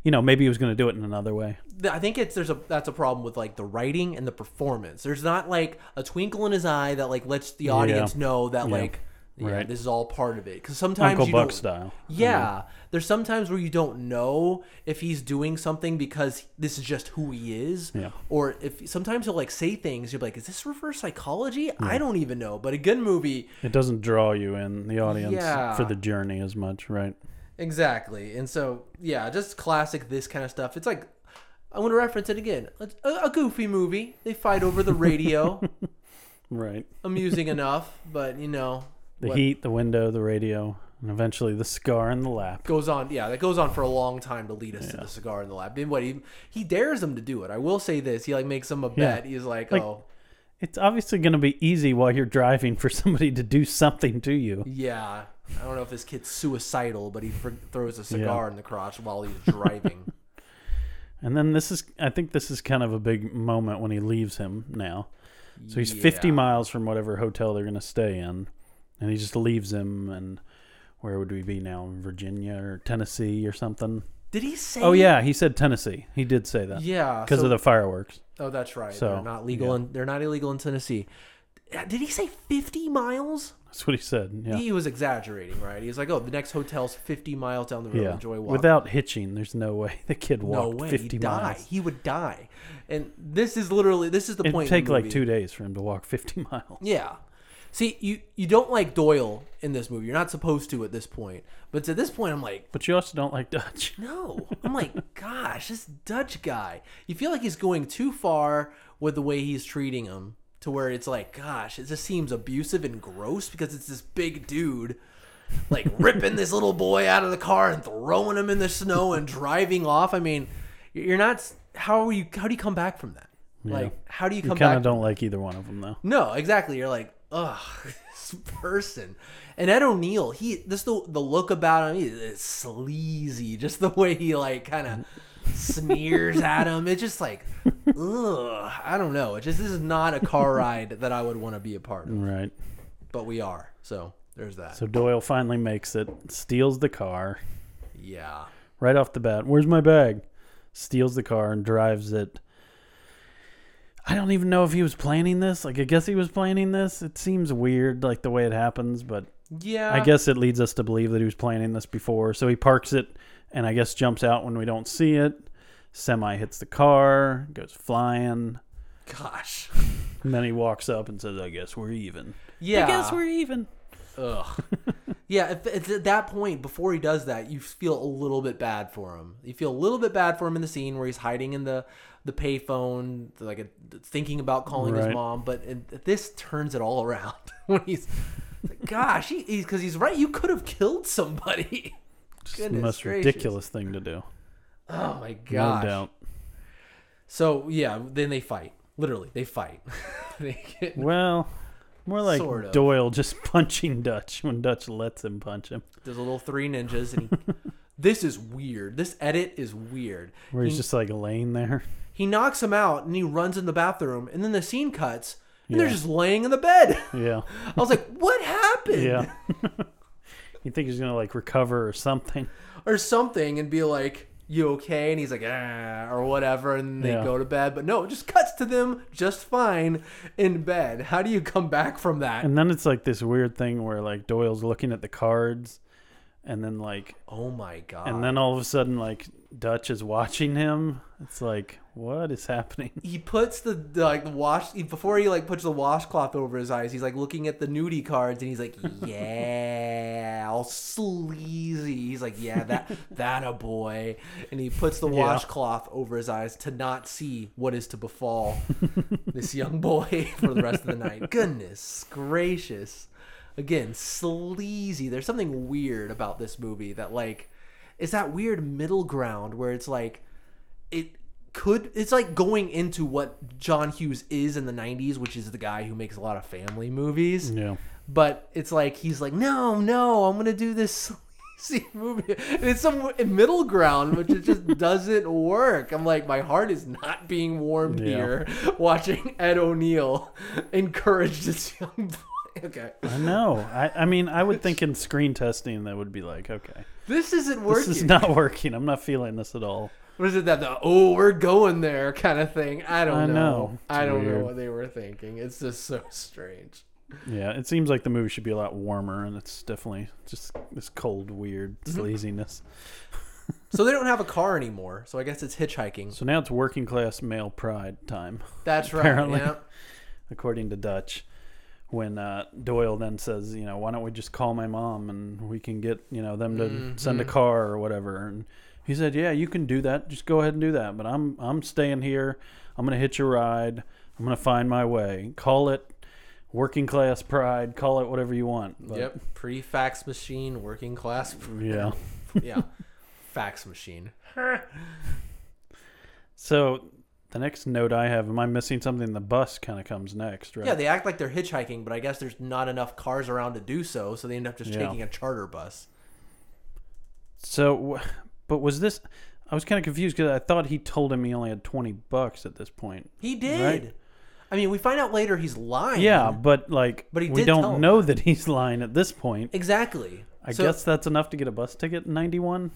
[SPEAKER 1] you know, maybe he was going to do it in another way.
[SPEAKER 2] Th- I think it's there's a that's a problem with like the writing and the performance. There's not like a twinkle in his eye that like lets the audience know that like yeah,
[SPEAKER 1] Right.
[SPEAKER 2] this is all part of it. Because sometimes
[SPEAKER 1] Uncle
[SPEAKER 2] you
[SPEAKER 1] Buck
[SPEAKER 2] don't-
[SPEAKER 1] style.
[SPEAKER 2] Yeah, there's sometimes where you don't know if he's doing something because this is just who he is,
[SPEAKER 1] Yeah.
[SPEAKER 2] or if sometimes he'll like say things you're like, is this reverse psychology? I don't even know. But a good movie,
[SPEAKER 1] It doesn't draw you in the audience
[SPEAKER 2] Yeah.
[SPEAKER 1] for the journey as much, right?
[SPEAKER 2] exactly. And so yeah, just classic this kind of stuff. It's like I want to reference it again. It's A, a goofy movie. They fight over the radio,
[SPEAKER 1] Right.
[SPEAKER 2] amusing enough, but you know.
[SPEAKER 1] The
[SPEAKER 2] what
[SPEAKER 1] heat, the window, the radio, and eventually the scar in the lap.
[SPEAKER 2] Goes on, yeah. That goes on for a long time to lead us to the cigar in the lab. And what he he dares them to do it. I will say this: he like makes them a bet. He's like,
[SPEAKER 1] Like,
[SPEAKER 2] "Oh,
[SPEAKER 1] It's obviously going to be easy while you're driving for somebody to do something to you.
[SPEAKER 2] Yeah, I don't know if this kid's suicidal, but he fr- throws a cigar in the crotch while he's driving.
[SPEAKER 1] And then this is, I think this is kind of a big moment when he leaves him now. So he's 50
[SPEAKER 2] Yeah.
[SPEAKER 1] miles from whatever hotel they're going to stay in. And he just leaves him. And where would we be now? Virginia or Tennessee or something?
[SPEAKER 2] Did he say?
[SPEAKER 1] Oh, yeah. He said Tennessee. He did say that.
[SPEAKER 2] yeah.
[SPEAKER 1] Because
[SPEAKER 2] so-
[SPEAKER 1] of the fireworks.
[SPEAKER 2] oh, that's right.
[SPEAKER 1] So,
[SPEAKER 2] they're not legal.
[SPEAKER 1] yeah.
[SPEAKER 2] In, they're not illegal in Tennessee. Uh, Did he say fifty miles?
[SPEAKER 1] That's what he said. Yeah.
[SPEAKER 2] He was exaggerating, right? He was like, "Oh, the next hotel's fifty miles down the road.
[SPEAKER 1] yeah.
[SPEAKER 2] Enjoy walking."
[SPEAKER 1] Without hitching, there's no way the kid
[SPEAKER 2] no
[SPEAKER 1] walked
[SPEAKER 2] way,
[SPEAKER 1] 50
[SPEAKER 2] he'd die.
[SPEAKER 1] miles.
[SPEAKER 2] He would die. And this is literally this is the
[SPEAKER 1] It'd
[SPEAKER 2] point. in the
[SPEAKER 1] take like
[SPEAKER 2] movie.
[SPEAKER 1] two days for him to walk 50 miles.
[SPEAKER 2] Yeah. See, you you don't like Doyle in this movie. You're not supposed to at this point. But to this point, I'm like,
[SPEAKER 1] But you also don't like Dutch.
[SPEAKER 2] No. I'm like, gosh, this Dutch guy. You feel like he's going too far with the way he's treating him to where it's like, gosh, it just seems abusive and gross because it's this big dude like ripping this little boy out of the car and throwing him in the snow and driving off. I mean, you're not how are you how do you come back from that?
[SPEAKER 1] Yeah.
[SPEAKER 2] Like, how do you
[SPEAKER 1] You
[SPEAKER 2] come
[SPEAKER 1] kind
[SPEAKER 2] back?
[SPEAKER 1] of don't like either one of them though.
[SPEAKER 2] No, exactly. You're like, ugh, this person. And Ed O'Neill, he this the the look about him, he is sleazy. Just the way he like kind of sneers at him. It's just like, ugh, I don't know. It just this is not a car ride that I would want to be a part of.
[SPEAKER 1] Right.
[SPEAKER 2] But we are, so there's that.
[SPEAKER 1] So Doyle finally makes it, steals the car
[SPEAKER 2] yeah,
[SPEAKER 1] right off the bat. Where's my bag? Steals the car and drives it. I don't even know if he was planning this. Like, I guess he was planning this. It seems weird, like the way it happens, but
[SPEAKER 2] yeah.
[SPEAKER 1] I guess it leads us to believe that he was planning this before. So he parks it and I guess jumps out when we don't see it. Semi hits the car, goes flying.
[SPEAKER 2] Gosh.
[SPEAKER 1] And then he walks up and says, I guess we're even.
[SPEAKER 2] Yeah.
[SPEAKER 1] I guess we're even.
[SPEAKER 2] Ugh. yeah, if it's at that point, before he does that, you feel a little bit bad for him. You feel a little bit bad for him in the scene where he's hiding in the the payphone, like thinking about calling
[SPEAKER 1] Right.
[SPEAKER 2] his mom. But it, this turns it all around when he's, gosh, he, he's because he's right. You could have killed somebody.
[SPEAKER 1] It's the
[SPEAKER 2] Goodness
[SPEAKER 1] most
[SPEAKER 2] gracious.
[SPEAKER 1] ridiculous thing to do.
[SPEAKER 2] Oh my
[SPEAKER 1] No
[SPEAKER 2] gosh.
[SPEAKER 1] doubt.
[SPEAKER 2] So yeah, then they fight. Literally, they fight. they get
[SPEAKER 1] Well, more like
[SPEAKER 2] Sort of.
[SPEAKER 1] Doyle just punching Dutch when Dutch lets him punch him.
[SPEAKER 2] there's a little three ninjas, and he, this is weird. This edit is weird.
[SPEAKER 1] Where he's
[SPEAKER 2] He-
[SPEAKER 1] just like laying there.
[SPEAKER 2] He knocks him out and he runs in the bathroom and then the scene cuts and they're
[SPEAKER 1] Yeah.
[SPEAKER 2] just laying in the bed.
[SPEAKER 1] Yeah.
[SPEAKER 2] I was like, what happened?
[SPEAKER 1] Yeah. you think he's going to like recover or something.
[SPEAKER 2] Or something and be like, you okay? And he's like, ah, or whatever. And they
[SPEAKER 1] Yeah.
[SPEAKER 2] go to bed. But no, it just cuts to them just fine in bed. How do you come back from that?
[SPEAKER 1] And then it's like this weird thing where like Doyle's looking at the cards and then like
[SPEAKER 2] oh my God.
[SPEAKER 1] and then all of a sudden like Dutch is watching him. It's like what is happening?
[SPEAKER 2] he puts the the, like the wash he- before he like puts the washcloth over his eyes. He's like looking at the nudie cards and he's like, "Yeah, all sleazy." He's like, "Yeah, that that a boy." And he puts the washcloth over his eyes to not see what is to befall this young boy for the rest of the night. Goodness gracious! Again, sleazy. There's something weird about this movie that like is that weird middle ground where it's like it could it's like going into what John Hughes is in the 90s which is the guy who makes a lot of family movies
[SPEAKER 1] Yeah.
[SPEAKER 2] but it's like he's like no no I'm going to do this sleazy movie and it's some middle ground which it just doesn't work I'm like my heart is not being warmed
[SPEAKER 1] Yeah.
[SPEAKER 2] here watching Ed O'Neill encourage this young boy okay
[SPEAKER 1] I know. I I mean I would think in screen testing that would be like okay.
[SPEAKER 2] this isn't working
[SPEAKER 1] This is not working. I'm not feeling this at all.
[SPEAKER 2] what is it that the oh we're going there kind of thing i don't
[SPEAKER 1] I
[SPEAKER 2] know,
[SPEAKER 1] know. It's
[SPEAKER 2] i don't know
[SPEAKER 1] weird.
[SPEAKER 2] what they were thinking it's just so strange
[SPEAKER 1] Yeah, it seems like the movie should be a lot warmer and it's definitely just this cold weird sleaziness.
[SPEAKER 2] so they don't have a car anymore so i guess it's hitchhiking
[SPEAKER 1] So now it's working class male pride time.
[SPEAKER 2] that's right
[SPEAKER 1] Apparently.
[SPEAKER 2] yeah.
[SPEAKER 1] according to Dutch, when uh, Doyle then says, you know, why don't we just call my mom and we can get, you know, them to send a car or whatever. And he said, yeah, you can do that. Just go ahead and do that. But I'm I'm staying here. I'm gonna hitch a ride. I'm gonna find my way. Call it working class pride. Call it whatever you want. But,
[SPEAKER 2] yep pre-fax machine working class
[SPEAKER 1] Yeah.
[SPEAKER 2] yeah fax machine
[SPEAKER 1] So the next note I have, am I missing something? The bus kind of comes next, right?
[SPEAKER 2] yeah they act like they're hitchhiking but i guess there's not enough cars around to do so so they end up just
[SPEAKER 1] Yeah.
[SPEAKER 2] taking a charter bus
[SPEAKER 1] So, wh- but was this? I was kind of confused because I thought he told him he only had twenty bucks at this point.
[SPEAKER 2] he did
[SPEAKER 1] Right.
[SPEAKER 2] i mean we find out later he's lying
[SPEAKER 1] Yeah, but like,
[SPEAKER 2] But he
[SPEAKER 1] we
[SPEAKER 2] did tell
[SPEAKER 1] don't
[SPEAKER 2] him.
[SPEAKER 1] know that he's lying at this point.
[SPEAKER 2] exactly
[SPEAKER 1] I
[SPEAKER 2] So-
[SPEAKER 1] guess that's enough to get a bus ticket in '91.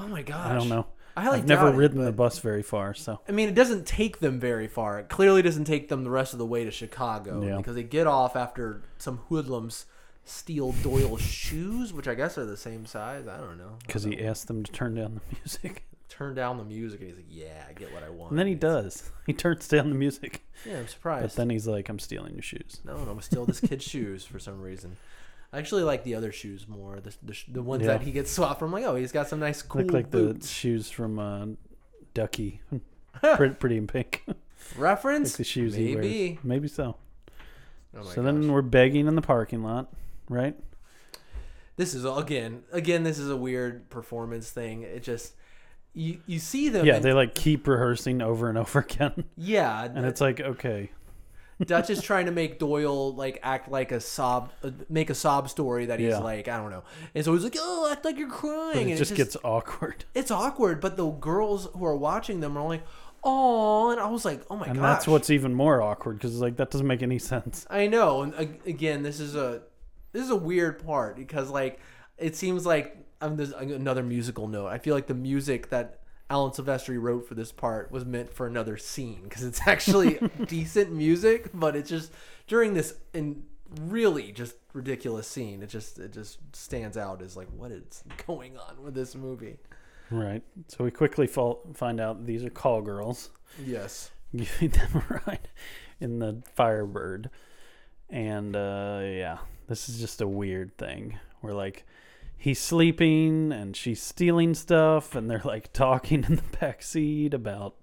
[SPEAKER 2] oh my gosh
[SPEAKER 1] I don't know.
[SPEAKER 2] I highly
[SPEAKER 1] have never
[SPEAKER 2] doubt it,
[SPEAKER 1] ridden the
[SPEAKER 2] but-
[SPEAKER 1] bus very far, so
[SPEAKER 2] I mean, it doesn't take them very far. It clearly doesn't take them the rest of the way to Chicago
[SPEAKER 1] Yeah.
[SPEAKER 2] because they get off after some hoodlums steal Doyle's shoes, which I guess are the same size. I don't know.
[SPEAKER 1] because he asked them to turn down the music,
[SPEAKER 2] Turn down the music, and he's like, "Yeah, I get what I want."
[SPEAKER 1] and then he does. He turns down the music,
[SPEAKER 2] Yeah, I'm
[SPEAKER 1] but
[SPEAKER 2] surprised.
[SPEAKER 1] then he's like, "I'm stealing your shoes."
[SPEAKER 2] no, I'm gonna steal this kid's shoes for some reason. I actually like the other shoes more. The the, sh- the ones
[SPEAKER 1] Yeah.
[SPEAKER 2] that he gets swapped from. Like, oh, he's got some nice cool
[SPEAKER 1] Look like
[SPEAKER 2] boot
[SPEAKER 1] the shoes from uh, Ducky, pretty, pretty in pink.
[SPEAKER 2] reference.
[SPEAKER 1] like the shoes he
[SPEAKER 2] Maybe.
[SPEAKER 1] wears. Maybe so.
[SPEAKER 2] Oh my
[SPEAKER 1] So then we're begging in the parking lot, right?
[SPEAKER 2] this is again again this is a weird performance thing it just you you see them.
[SPEAKER 1] Yeah,
[SPEAKER 2] and-
[SPEAKER 1] they like keep rehearsing over and over again.
[SPEAKER 2] yeah.
[SPEAKER 1] And it's like, okay.
[SPEAKER 2] Dutch is trying to make Doyle like act like a sob, uh, make a sob story that he's
[SPEAKER 1] Yeah.
[SPEAKER 2] like I don't know, and so he's like, oh, act like you're crying, and
[SPEAKER 1] It
[SPEAKER 2] it's
[SPEAKER 1] just gets awkward.
[SPEAKER 2] it's awkward. But the girls who are watching them are like, oh, and I was like, oh my god,
[SPEAKER 1] And that's what's even more awkward because like that doesn't make any sense.
[SPEAKER 2] I know. And a- again, this is a this is a weird part because like it seems like um, there's another musical note. I feel like the music that Alan Silvestri wrote for this part was meant for another scene because it's actually decent music, but it's just during this and really just ridiculous scene. It just it just stands out as like what is going on with this movie.
[SPEAKER 1] Right. So we quickly fall, find out these are call girls.
[SPEAKER 2] Yes.
[SPEAKER 1] giving them a ride in the Firebird. And uh, yeah, this is just a weird thing. We're like, he's sleeping and she's stealing stuff, and they're like talking in the back seat about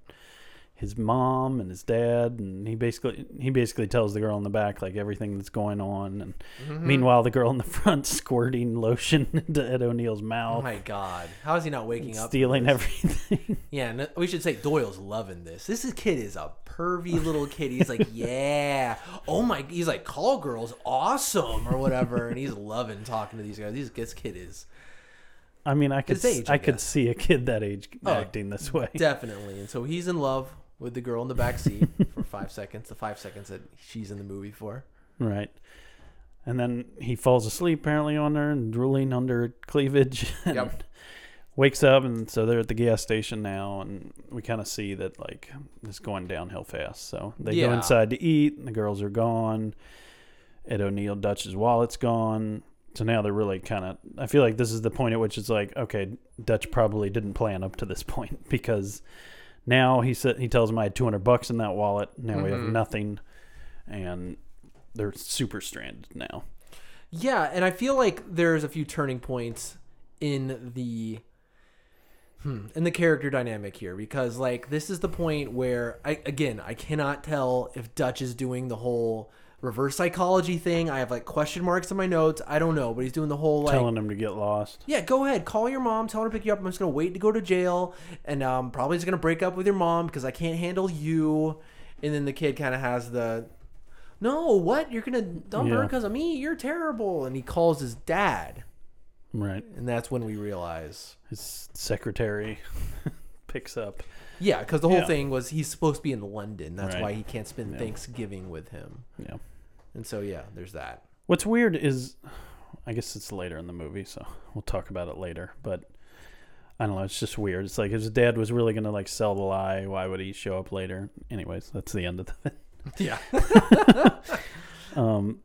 [SPEAKER 1] his mom and his dad and he basically he basically tells the girl in the back like everything that's going on and
[SPEAKER 2] Mm-hmm.
[SPEAKER 1] meanwhile the girl in the front squirting lotion into Ed O'Neill's
[SPEAKER 2] Oh
[SPEAKER 1] mouth
[SPEAKER 2] my god. How is he not waking up?
[SPEAKER 1] stealing everything
[SPEAKER 2] Yeah, and we should say Doyle's loving this. This is- kid is a pervy little kid. He's like, yeah, oh my, he's like, call girls, awesome or whatever, and he's loving talking to these guys. These this kid is
[SPEAKER 1] I mean I could
[SPEAKER 2] His age,
[SPEAKER 1] I
[SPEAKER 2] I
[SPEAKER 1] could
[SPEAKER 2] guess. Oh,
[SPEAKER 1] see a kid that age acting this way
[SPEAKER 2] definitely, and so he's in love with the girl in the back seat for five seconds. The five seconds that she's in the movie for.
[SPEAKER 1] Right. And then he falls asleep apparently on her and drooling under her cleavage. And
[SPEAKER 2] Yep.
[SPEAKER 1] Wakes up and so they're at the gas station now and we kind of see that like it's going downhill fast. So they go
[SPEAKER 2] Yeah.
[SPEAKER 1] inside to eat and the girls are gone. Ed O'Neill Dutch's wallet's gone. So now they're really kind of. I feel like this is the point at which it's like, okay, Dutch probably didn't plan up to this point because now he said he tells him I had 200 bucks in that wallet. Now we have
[SPEAKER 2] Mm-hmm.
[SPEAKER 1] nothing, and they're super stranded now.
[SPEAKER 2] Yeah, and I feel like there's a few turning points in the hmm, in the character dynamic here because like this is the point where I again I cannot tell if Dutch is doing the whole reverse psychology thing. I have like question marks in my notes. I don't know, but he's doing the whole like
[SPEAKER 1] telling him to get lost.
[SPEAKER 2] yeah, go ahead. Call your mom. Tell her to pick you up. I'm just gonna wait to go to jail, and um, probably just gonna break up with your mom because I can't handle you. And then the kid kind of has the, no, what? You're gonna dump her
[SPEAKER 1] Yeah.
[SPEAKER 2] because of me? You're terrible. And he calls his dad,
[SPEAKER 1] Right.
[SPEAKER 2] and that's when we realize,
[SPEAKER 1] His secretary picks up.
[SPEAKER 2] yeah, because the whole
[SPEAKER 1] Yeah.
[SPEAKER 2] thing was he's supposed to be in London. That's
[SPEAKER 1] Right.
[SPEAKER 2] why he can't spend Thanksgiving with him.
[SPEAKER 1] Yeah.
[SPEAKER 2] And so yeah, there's that.
[SPEAKER 1] What's weird is, I guess it's later in the movie, so we'll talk about it later. But I don't know. It's just weird. It's like his dad was really gonna like sell the lie. Why would he show up later? Anyways, that's the end of the.
[SPEAKER 2] Yeah.
[SPEAKER 1] Um.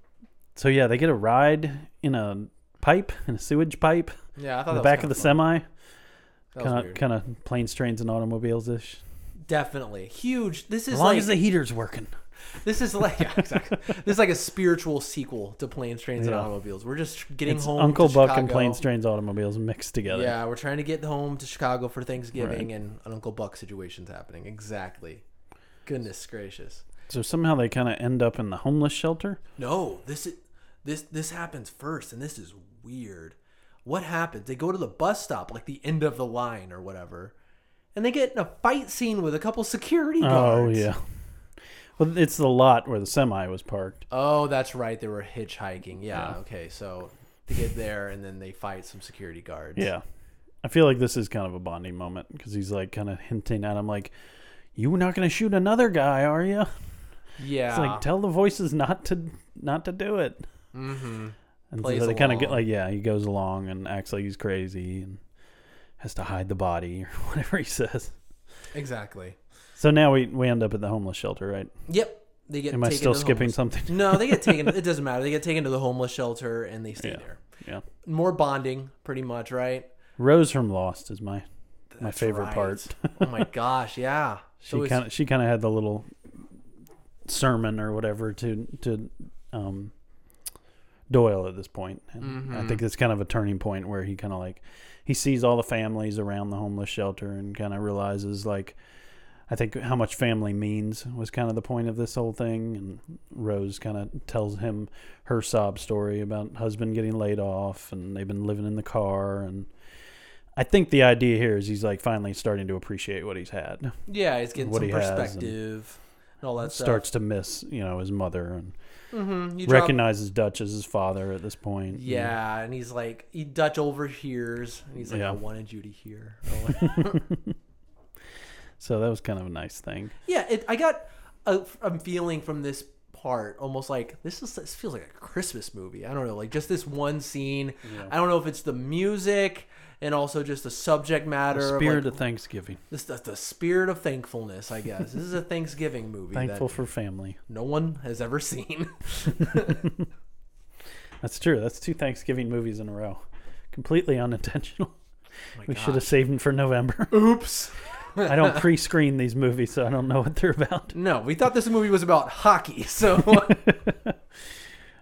[SPEAKER 1] So yeah, they get a ride in a pipe in a sewage pipe
[SPEAKER 2] yeah, I thought
[SPEAKER 1] in
[SPEAKER 2] that
[SPEAKER 1] the
[SPEAKER 2] was
[SPEAKER 1] back of the
[SPEAKER 2] kinda fun.
[SPEAKER 1] semi.
[SPEAKER 2] That was
[SPEAKER 1] Kind of,
[SPEAKER 2] weird.
[SPEAKER 1] kind of planes, trains, and automobiles ish.
[SPEAKER 2] Definitely huge. This is
[SPEAKER 1] As long
[SPEAKER 2] like
[SPEAKER 1] as the heater's working.
[SPEAKER 2] This is like yeah, exactly. this is like a spiritual sequel to Planes, Trains,
[SPEAKER 1] Yeah.
[SPEAKER 2] and Automobiles. We're just getting
[SPEAKER 1] It's
[SPEAKER 2] home.
[SPEAKER 1] Uncle
[SPEAKER 2] to
[SPEAKER 1] Buck
[SPEAKER 2] Chicago.
[SPEAKER 1] and planes, trains, automobiles mixed together.
[SPEAKER 2] Yeah, we're trying to get home to Chicago for Thanksgiving, and an Uncle Buck situation's happening. Exactly. Goodness gracious.
[SPEAKER 1] So somehow they kind of end up in the homeless shelter.
[SPEAKER 2] No, this is this this happens first, and this is weird. What happens? They go to the bus stop, like the end of the line or whatever, and they get in a fight scene with a couple security
[SPEAKER 1] Oh
[SPEAKER 2] guards.
[SPEAKER 1] yeah. Well, it's the lot where the semi was parked.
[SPEAKER 2] Oh, that's right. They were hitchhiking. Yeah. Okay. So they get there and then they fight some security guards.
[SPEAKER 1] Yeah. I feel like this is kind of a bonding moment because he's like kind of hinting at him, like, "You were not going to shoot another guy, are you?"
[SPEAKER 2] Yeah.
[SPEAKER 1] It's like tell the voices not to not to do it.
[SPEAKER 2] mm-hmm.
[SPEAKER 1] And
[SPEAKER 2] Plays
[SPEAKER 1] so they kind of get
[SPEAKER 2] along.
[SPEAKER 1] like, yeah, he goes along and acts like he's crazy and has to hide the body or whatever he says.
[SPEAKER 2] Exactly.
[SPEAKER 1] So now we we end up at the homeless shelter, right?
[SPEAKER 2] Yep. They get.
[SPEAKER 1] Am I
[SPEAKER 2] taken
[SPEAKER 1] still
[SPEAKER 2] to the
[SPEAKER 1] skipping
[SPEAKER 2] homeless-
[SPEAKER 1] something?
[SPEAKER 2] No, they get taken. it doesn't matter. They get taken to the homeless shelter and they stay
[SPEAKER 1] Yeah.
[SPEAKER 2] there.
[SPEAKER 1] Yeah.
[SPEAKER 2] More bonding, pretty much, right?
[SPEAKER 1] Rose from Lost is my my
[SPEAKER 2] That's
[SPEAKER 1] favorite
[SPEAKER 2] right.
[SPEAKER 1] part.
[SPEAKER 2] oh my gosh! Yeah.
[SPEAKER 1] She kind of she kind of had the little sermon or whatever to to um, Doyle at this point, and I think that's kind of a turning point where he kind of like he sees all the families around the homeless shelter and kind of realizes like I think how much family means was kind of the point of this whole thing, and Rose kind of tells him her sob story about husband getting laid off and they've been living in the car and I think the idea here is he's like finally starting to appreciate what he's had.
[SPEAKER 2] Yeah, he's getting
[SPEAKER 1] What
[SPEAKER 2] some
[SPEAKER 1] he has and-
[SPEAKER 2] perspective and, all that
[SPEAKER 1] Starts to miss, you know, his mother and
[SPEAKER 2] stuff. Mm-hmm. You drop-
[SPEAKER 1] recognizes Dutch as his father at this point.
[SPEAKER 2] yeah, and he's like, he Dutch overhears, and he's like,
[SPEAKER 1] Yeah.
[SPEAKER 2] I wanted you to hear. or whatever.
[SPEAKER 1] So that was kind of a nice thing.
[SPEAKER 2] yeah, it, I got a, a feeling from this part, almost like this is this feels like a Christmas movie. I don't know, like just this one scene. I don't know if it's the music and also just the subject matter, of,
[SPEAKER 1] Spirit
[SPEAKER 2] like,
[SPEAKER 1] of Thanksgiving.
[SPEAKER 2] this the, the spirit of thankfulness. I guess this is a Thanksgiving movie
[SPEAKER 1] Thankful for family.
[SPEAKER 2] that no one has ever seen. Oh
[SPEAKER 1] That's true. That's two Thanksgiving movies in a row. Completely unintentional.
[SPEAKER 2] Oh my
[SPEAKER 1] We
[SPEAKER 2] God.
[SPEAKER 1] should have saved them for November.
[SPEAKER 2] Oops.
[SPEAKER 1] I don't pre screen these movies, so I don't know what they're about.
[SPEAKER 2] No, we thought this movie was about hockey. So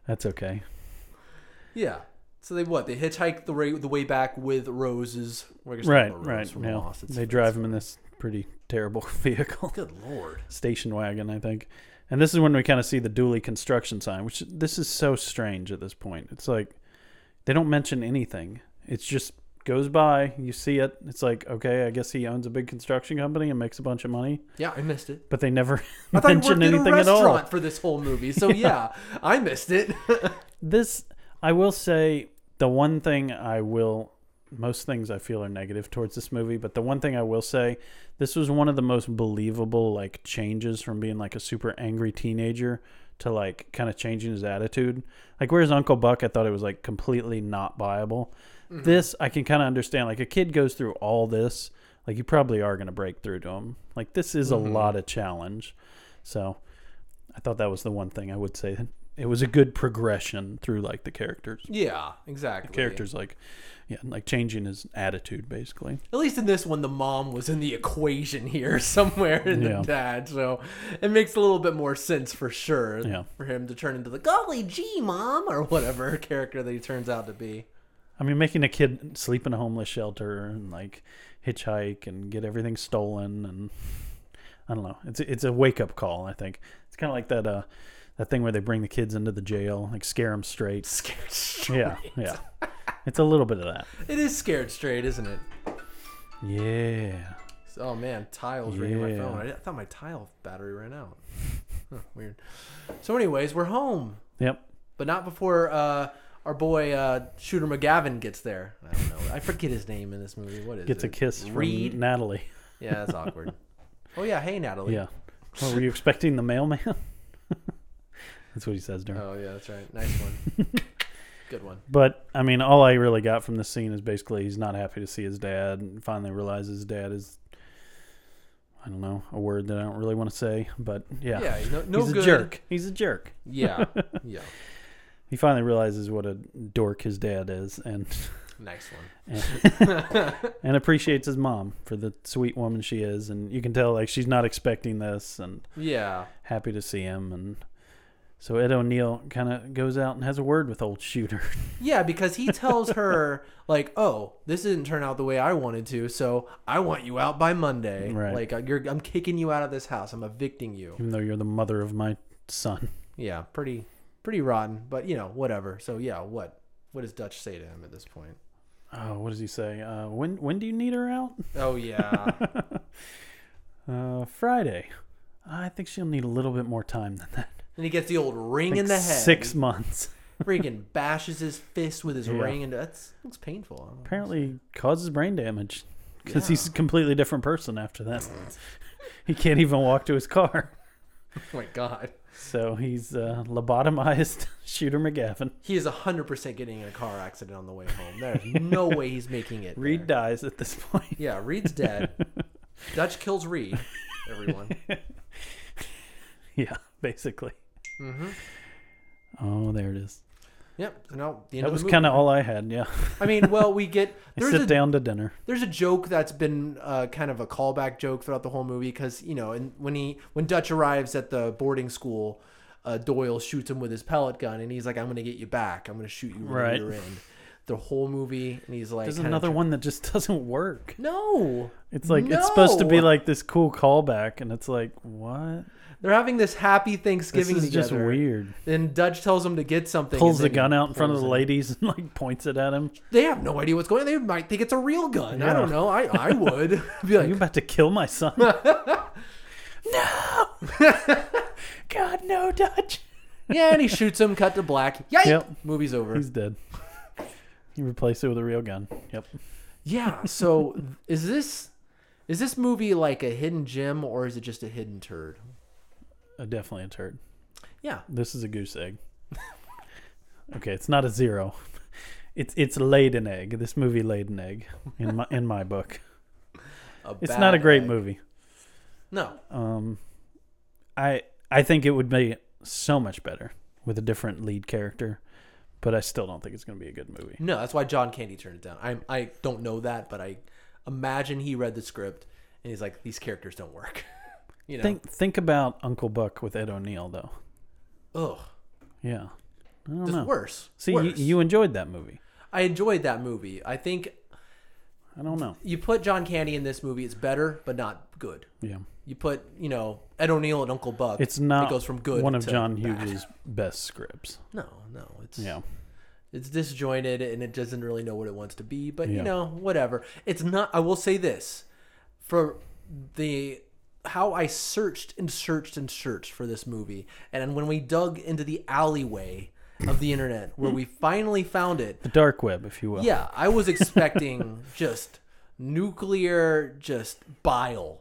[SPEAKER 1] That's okay.
[SPEAKER 2] yeah. So they what? They hitchhike the way the way back with roses. We're just
[SPEAKER 1] Right,
[SPEAKER 2] talking about Rose
[SPEAKER 1] right.
[SPEAKER 2] from
[SPEAKER 1] Yeah.
[SPEAKER 2] Lost. It's-
[SPEAKER 1] They drive him in this pretty terrible vehicle.
[SPEAKER 2] Good lord.
[SPEAKER 1] station wagon, I think. And this is when we kind of see the Dooley construction sign, which this is so strange at this point. It's like they don't mention anything. It just goes by, you see it. It's like, okay, I guess he owns a big construction company and makes a bunch of money,
[SPEAKER 2] Yeah, I missed it.
[SPEAKER 1] but they never
[SPEAKER 2] I thought you worked
[SPEAKER 1] mention
[SPEAKER 2] at a
[SPEAKER 1] anything at all.
[SPEAKER 2] restaurant for this whole movie. So yeah, I missed it.
[SPEAKER 1] This, I will say, the one thing I will, most things I feel are negative towards this movie, but the one thing I will say, this was one of the most believable like changes from being like a super angry teenager to like kind of changing his attitude. Like whereas Uncle Buck, I thought it was like completely not viable. This I can kind of understand. Like a kid goes through all this, like you probably are going to break through to him. Like this is a lot of challenge. So I thought that was the one thing I would say. It was a good progression through like the characters.
[SPEAKER 2] yeah, exactly.
[SPEAKER 1] Characters like, yeah, like changing his attitude basically.
[SPEAKER 2] At least in this one, the mom was in the equation here somewhere in
[SPEAKER 1] Yeah.
[SPEAKER 2] the dad, so it makes a little bit more sense for sure
[SPEAKER 1] Yeah.
[SPEAKER 2] for him to turn into the golly gee mom or whatever character that he turns out to be.
[SPEAKER 1] I mean, making a kid sleep in a homeless shelter and like hitchhike and get everything stolen and I don't know. It's it's a wake up call. I think it's kind of like that uh that thing where they bring the kids into the jail, like scare them straight.
[SPEAKER 2] Scared straight.
[SPEAKER 1] Yeah, yeah. It's a little bit of that.
[SPEAKER 2] It is scared straight, isn't it?
[SPEAKER 1] Yeah.
[SPEAKER 2] Oh man, tiles ringing my
[SPEAKER 1] Yeah.
[SPEAKER 2] phone. I thought my tile battery ran out. Huh, weird. So, anyways, we're home,
[SPEAKER 1] Yep.
[SPEAKER 2] but not before uh, our boy uh, Shooter McGavin gets there. I don't know. I forget his name in this movie. What is
[SPEAKER 1] Gets
[SPEAKER 2] it?
[SPEAKER 1] a kiss from
[SPEAKER 2] Reed.
[SPEAKER 1] Natalie.
[SPEAKER 2] Yeah, that's awkward. oh yeah, hey Natalie.
[SPEAKER 1] Yeah. Well, were you expecting the mailman? That's what he says to her.
[SPEAKER 2] Oh yeah, that's right. Nice one. Good one.
[SPEAKER 1] But I mean, all I really got from this scene is basically he's not happy to see his dad, and finally realizes his dad is, I don't know, a word that I don't really want to say, but yeah,
[SPEAKER 2] Yeah, no, no
[SPEAKER 1] he's
[SPEAKER 2] good.
[SPEAKER 1] a jerk. He's a jerk.
[SPEAKER 2] Yeah, yeah.
[SPEAKER 1] He finally realizes what a dork his dad is, and
[SPEAKER 2] Nice one.
[SPEAKER 1] and appreciates his mom for the sweet woman she is, and you can tell like she's not expecting this, and
[SPEAKER 2] Yeah,
[SPEAKER 1] happy to see him, and so Ed O'Neill kind of goes out and has a word with old Shooter.
[SPEAKER 2] yeah. Because he tells her like, "Oh, this didn't turn out the way I wanted to, so I want you out by Monday.
[SPEAKER 1] Right.
[SPEAKER 2] Like, uh, you're, I'm kicking you out of this house. I'm evicting you.
[SPEAKER 1] even though you're the mother of my son.
[SPEAKER 2] Yeah, pretty, pretty rotten. But you know, whatever. So yeah, what, what does Dutch say to him at this point?
[SPEAKER 1] Oh, what does he say? Uh, when when do you need her out?
[SPEAKER 2] Oh yeah,
[SPEAKER 1] Uh, Friday. I think she'll need a little bit more time than that.
[SPEAKER 2] and he gets the old ring in the head.
[SPEAKER 1] Six months.
[SPEAKER 2] freaking bashes his fist with his
[SPEAKER 1] Yeah.
[SPEAKER 2] ring, and that's looks painful. I don't know.
[SPEAKER 1] Apparently causes brain damage because he's a completely different person after that. he can't even walk to his car,
[SPEAKER 2] Oh my god.
[SPEAKER 1] so he's uh, lobotomized. Shooter McGavin.
[SPEAKER 2] He is 100% getting in a car accident on the way home. There's no way he's making it.
[SPEAKER 1] Reed
[SPEAKER 2] there.
[SPEAKER 1] dies at this point.
[SPEAKER 2] Yeah, Reed's dead. Dutch kills Reed, everyone.
[SPEAKER 1] yeah, basically.
[SPEAKER 2] hmm
[SPEAKER 1] Oh, there it is.
[SPEAKER 2] Yep. So now the end
[SPEAKER 1] That
[SPEAKER 2] of
[SPEAKER 1] was
[SPEAKER 2] the
[SPEAKER 1] kind
[SPEAKER 2] movie.
[SPEAKER 1] of all I had. Yeah,
[SPEAKER 2] I mean, well, we get
[SPEAKER 1] I
[SPEAKER 2] there's
[SPEAKER 1] sit
[SPEAKER 2] a
[SPEAKER 1] down to dinner.
[SPEAKER 2] there's a joke that's been uh, kind of a callback joke throughout the whole movie because you know, and when he when Dutch arrives at the boarding school, uh, Doyle shoots him with his pellet gun, and he's like, "I'm gonna get you back. I'm gonna shoot you when
[SPEAKER 1] Right.
[SPEAKER 2] you're in." The whole movie, and he's like,
[SPEAKER 1] There's
[SPEAKER 2] kinda
[SPEAKER 1] another
[SPEAKER 2] tr-
[SPEAKER 1] one that just doesn't work.
[SPEAKER 2] No,
[SPEAKER 1] It's like it's supposed to be
[SPEAKER 2] No!
[SPEAKER 1] like this cool callback, and it's like what?
[SPEAKER 2] They're having this happy
[SPEAKER 1] This
[SPEAKER 2] Thanksgiving
[SPEAKER 1] is
[SPEAKER 2] together.
[SPEAKER 1] just weird.
[SPEAKER 2] Then Dutch tells him to get something.
[SPEAKER 1] Pulls
[SPEAKER 2] and
[SPEAKER 1] the
[SPEAKER 2] then
[SPEAKER 1] gun
[SPEAKER 2] he
[SPEAKER 1] out in front of
[SPEAKER 2] pulls
[SPEAKER 1] the
[SPEAKER 2] it.
[SPEAKER 1] ladies and like points it at him.
[SPEAKER 2] They have no idea what's going on. They might think it's a real gun. I
[SPEAKER 1] Yeah.
[SPEAKER 2] don't know. I, I would be
[SPEAKER 1] Are you
[SPEAKER 2] like,
[SPEAKER 1] about to kill my son? no! God, no, Dutch.
[SPEAKER 2] yeah, and he shoots him. Cut to black. Yikes!
[SPEAKER 1] Yep.
[SPEAKER 2] Movie's over.
[SPEAKER 1] He's dead. You replace it with a real gun. Yep.
[SPEAKER 2] Yeah. So is this is this movie like a hidden gem or is it just a hidden turd?
[SPEAKER 1] Uh, definitely a turd.
[SPEAKER 2] Yeah.
[SPEAKER 1] This is a goose egg. okay, it's not a zero. It's it's laid an egg. This movie laid an egg in my in my book. It's not
[SPEAKER 2] bad
[SPEAKER 1] a great
[SPEAKER 2] egg.
[SPEAKER 1] movie.
[SPEAKER 2] No.
[SPEAKER 1] Um, I I think it would be so much better with a different lead character, but I still don't think it's going to be a good movie.
[SPEAKER 2] No, that's why John Candy turned it down. I I don't know that, but I imagine he read the script and he's like, these characters don't work. you know.
[SPEAKER 1] Think think about Uncle Buck with Ed O'Neill though.
[SPEAKER 2] Ugh.
[SPEAKER 1] Yeah, I don't
[SPEAKER 2] Just
[SPEAKER 1] know.
[SPEAKER 2] worse.
[SPEAKER 1] See, you,
[SPEAKER 2] worse.
[SPEAKER 1] you enjoyed that movie.
[SPEAKER 2] I enjoyed that movie. I think
[SPEAKER 1] I don't know.
[SPEAKER 2] you put John Candy in this movie, it's better, but not good.
[SPEAKER 1] Yeah,
[SPEAKER 2] You put, you know, Ed O'Neill and Uncle Buck.
[SPEAKER 1] it's not.
[SPEAKER 2] It goes from good.
[SPEAKER 1] One of
[SPEAKER 2] to
[SPEAKER 1] John
[SPEAKER 2] bad.
[SPEAKER 1] Hughes' best scripts.
[SPEAKER 2] No, no, it's
[SPEAKER 1] Yeah,
[SPEAKER 2] it's disjointed and it doesn't really know what it wants to be. But you
[SPEAKER 1] Yeah.
[SPEAKER 2] know, whatever. It's not. I will say this for the how I searched and searched and searched for this movie, and when we dug into the alleyway of the internet where we finally found it,
[SPEAKER 1] the dark web, if you will.
[SPEAKER 2] yeah, I was expecting just nuclear, just bile.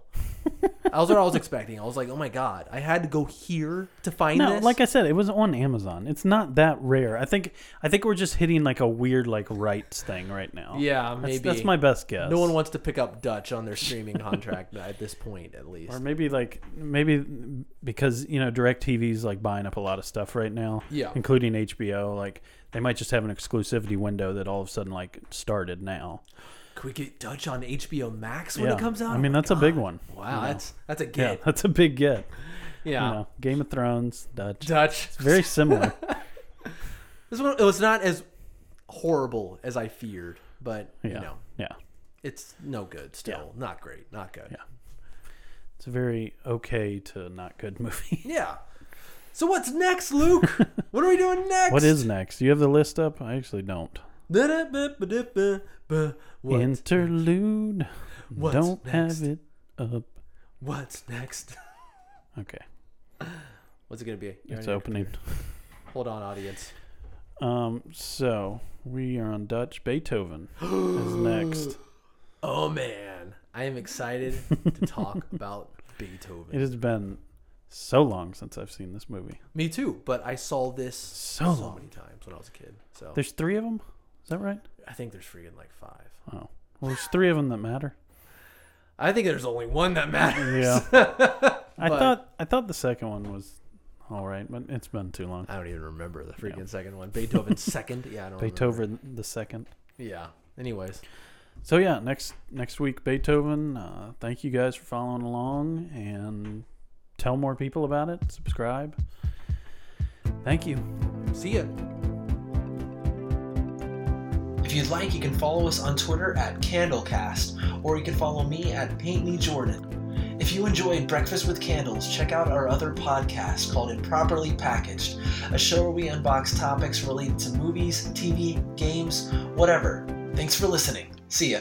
[SPEAKER 2] That was what I was expecting. I was like, oh my god, I had to go here to find
[SPEAKER 1] No,
[SPEAKER 2] this.
[SPEAKER 1] like I said, it was on Amazon. It's not that rare. I think I think we're just hitting like a weird like rights thing right now.
[SPEAKER 2] yeah, maybe
[SPEAKER 1] That's, that's my best guess.
[SPEAKER 2] No one wants to pick up Dutch on their streaming contract at this point, at least.
[SPEAKER 1] or maybe like maybe because you know DirecTV's like buying up a lot of stuff right now,
[SPEAKER 2] Yeah.
[SPEAKER 1] including HBO. Like they might just have an exclusivity window that all of a sudden like started now.
[SPEAKER 2] Could we get Dutch on HBO Max when
[SPEAKER 1] yeah,
[SPEAKER 2] it comes out?
[SPEAKER 1] I mean
[SPEAKER 2] Oh my
[SPEAKER 1] that's a
[SPEAKER 2] God.
[SPEAKER 1] big one.
[SPEAKER 2] Wow, that's that's a
[SPEAKER 1] Yeah,
[SPEAKER 2] get.
[SPEAKER 1] that's a big get.
[SPEAKER 2] Yeah,
[SPEAKER 1] You know, Game of Thrones, Dutch,
[SPEAKER 2] Dutch.
[SPEAKER 1] very similar.
[SPEAKER 2] This one it was not as horrible as I feared, but
[SPEAKER 1] Yeah,
[SPEAKER 2] you know,
[SPEAKER 1] yeah.
[SPEAKER 2] it's no good. Still, not great. Not good.
[SPEAKER 1] Yeah. It's a very okay to not good movie.
[SPEAKER 2] Yeah. So what's next, Luke? what are we doing next?
[SPEAKER 1] what is next? Do you have the list up? I actually don't.
[SPEAKER 2] Da-da-ba-ba-da-ba-ba. What-
[SPEAKER 1] Interlude.
[SPEAKER 2] What's
[SPEAKER 1] don't
[SPEAKER 2] next?
[SPEAKER 1] have it up.
[SPEAKER 2] What's next?
[SPEAKER 1] Okay,
[SPEAKER 2] What's it gonna be? You're
[SPEAKER 1] it's
[SPEAKER 2] on your-
[SPEAKER 1] opening.
[SPEAKER 2] Hold on, audience.
[SPEAKER 1] Um, so we are on Dutch Beethoven is next.
[SPEAKER 2] Oh man, I am excited to talk about Beethoven.
[SPEAKER 1] It has been so long since I've seen this movie.
[SPEAKER 2] Me too, but I saw this
[SPEAKER 1] So
[SPEAKER 2] so,
[SPEAKER 1] long.
[SPEAKER 2] many times when I was a kid. So
[SPEAKER 1] There's three of them. Is that right?
[SPEAKER 2] I think there's freaking like five.
[SPEAKER 1] Oh, well, there's three of them that matter.
[SPEAKER 2] I think there's only one that matters.
[SPEAKER 1] Yeah. I thought I thought the second one was all right, but it's been too long.
[SPEAKER 2] I don't even remember the freaking second one. Beethoven's second. Yeah, I don't. Remember.
[SPEAKER 1] Beethoven the second.
[SPEAKER 2] Yeah. Anyways,
[SPEAKER 1] So yeah, next next week Beethoven. Uh, thank you guys for following along and tell more people about it. Subscribe. Thank you.
[SPEAKER 2] see ya. If you'd like, you can follow us on Twitter at Candlecast, or you can follow me at Paint Me Jordan. If you enjoyed Breakfast with Candles, check out our other podcast called Improperly Packaged, a show where we unbox topics related to movies, TV, games, whatever. Thanks for listening. See ya.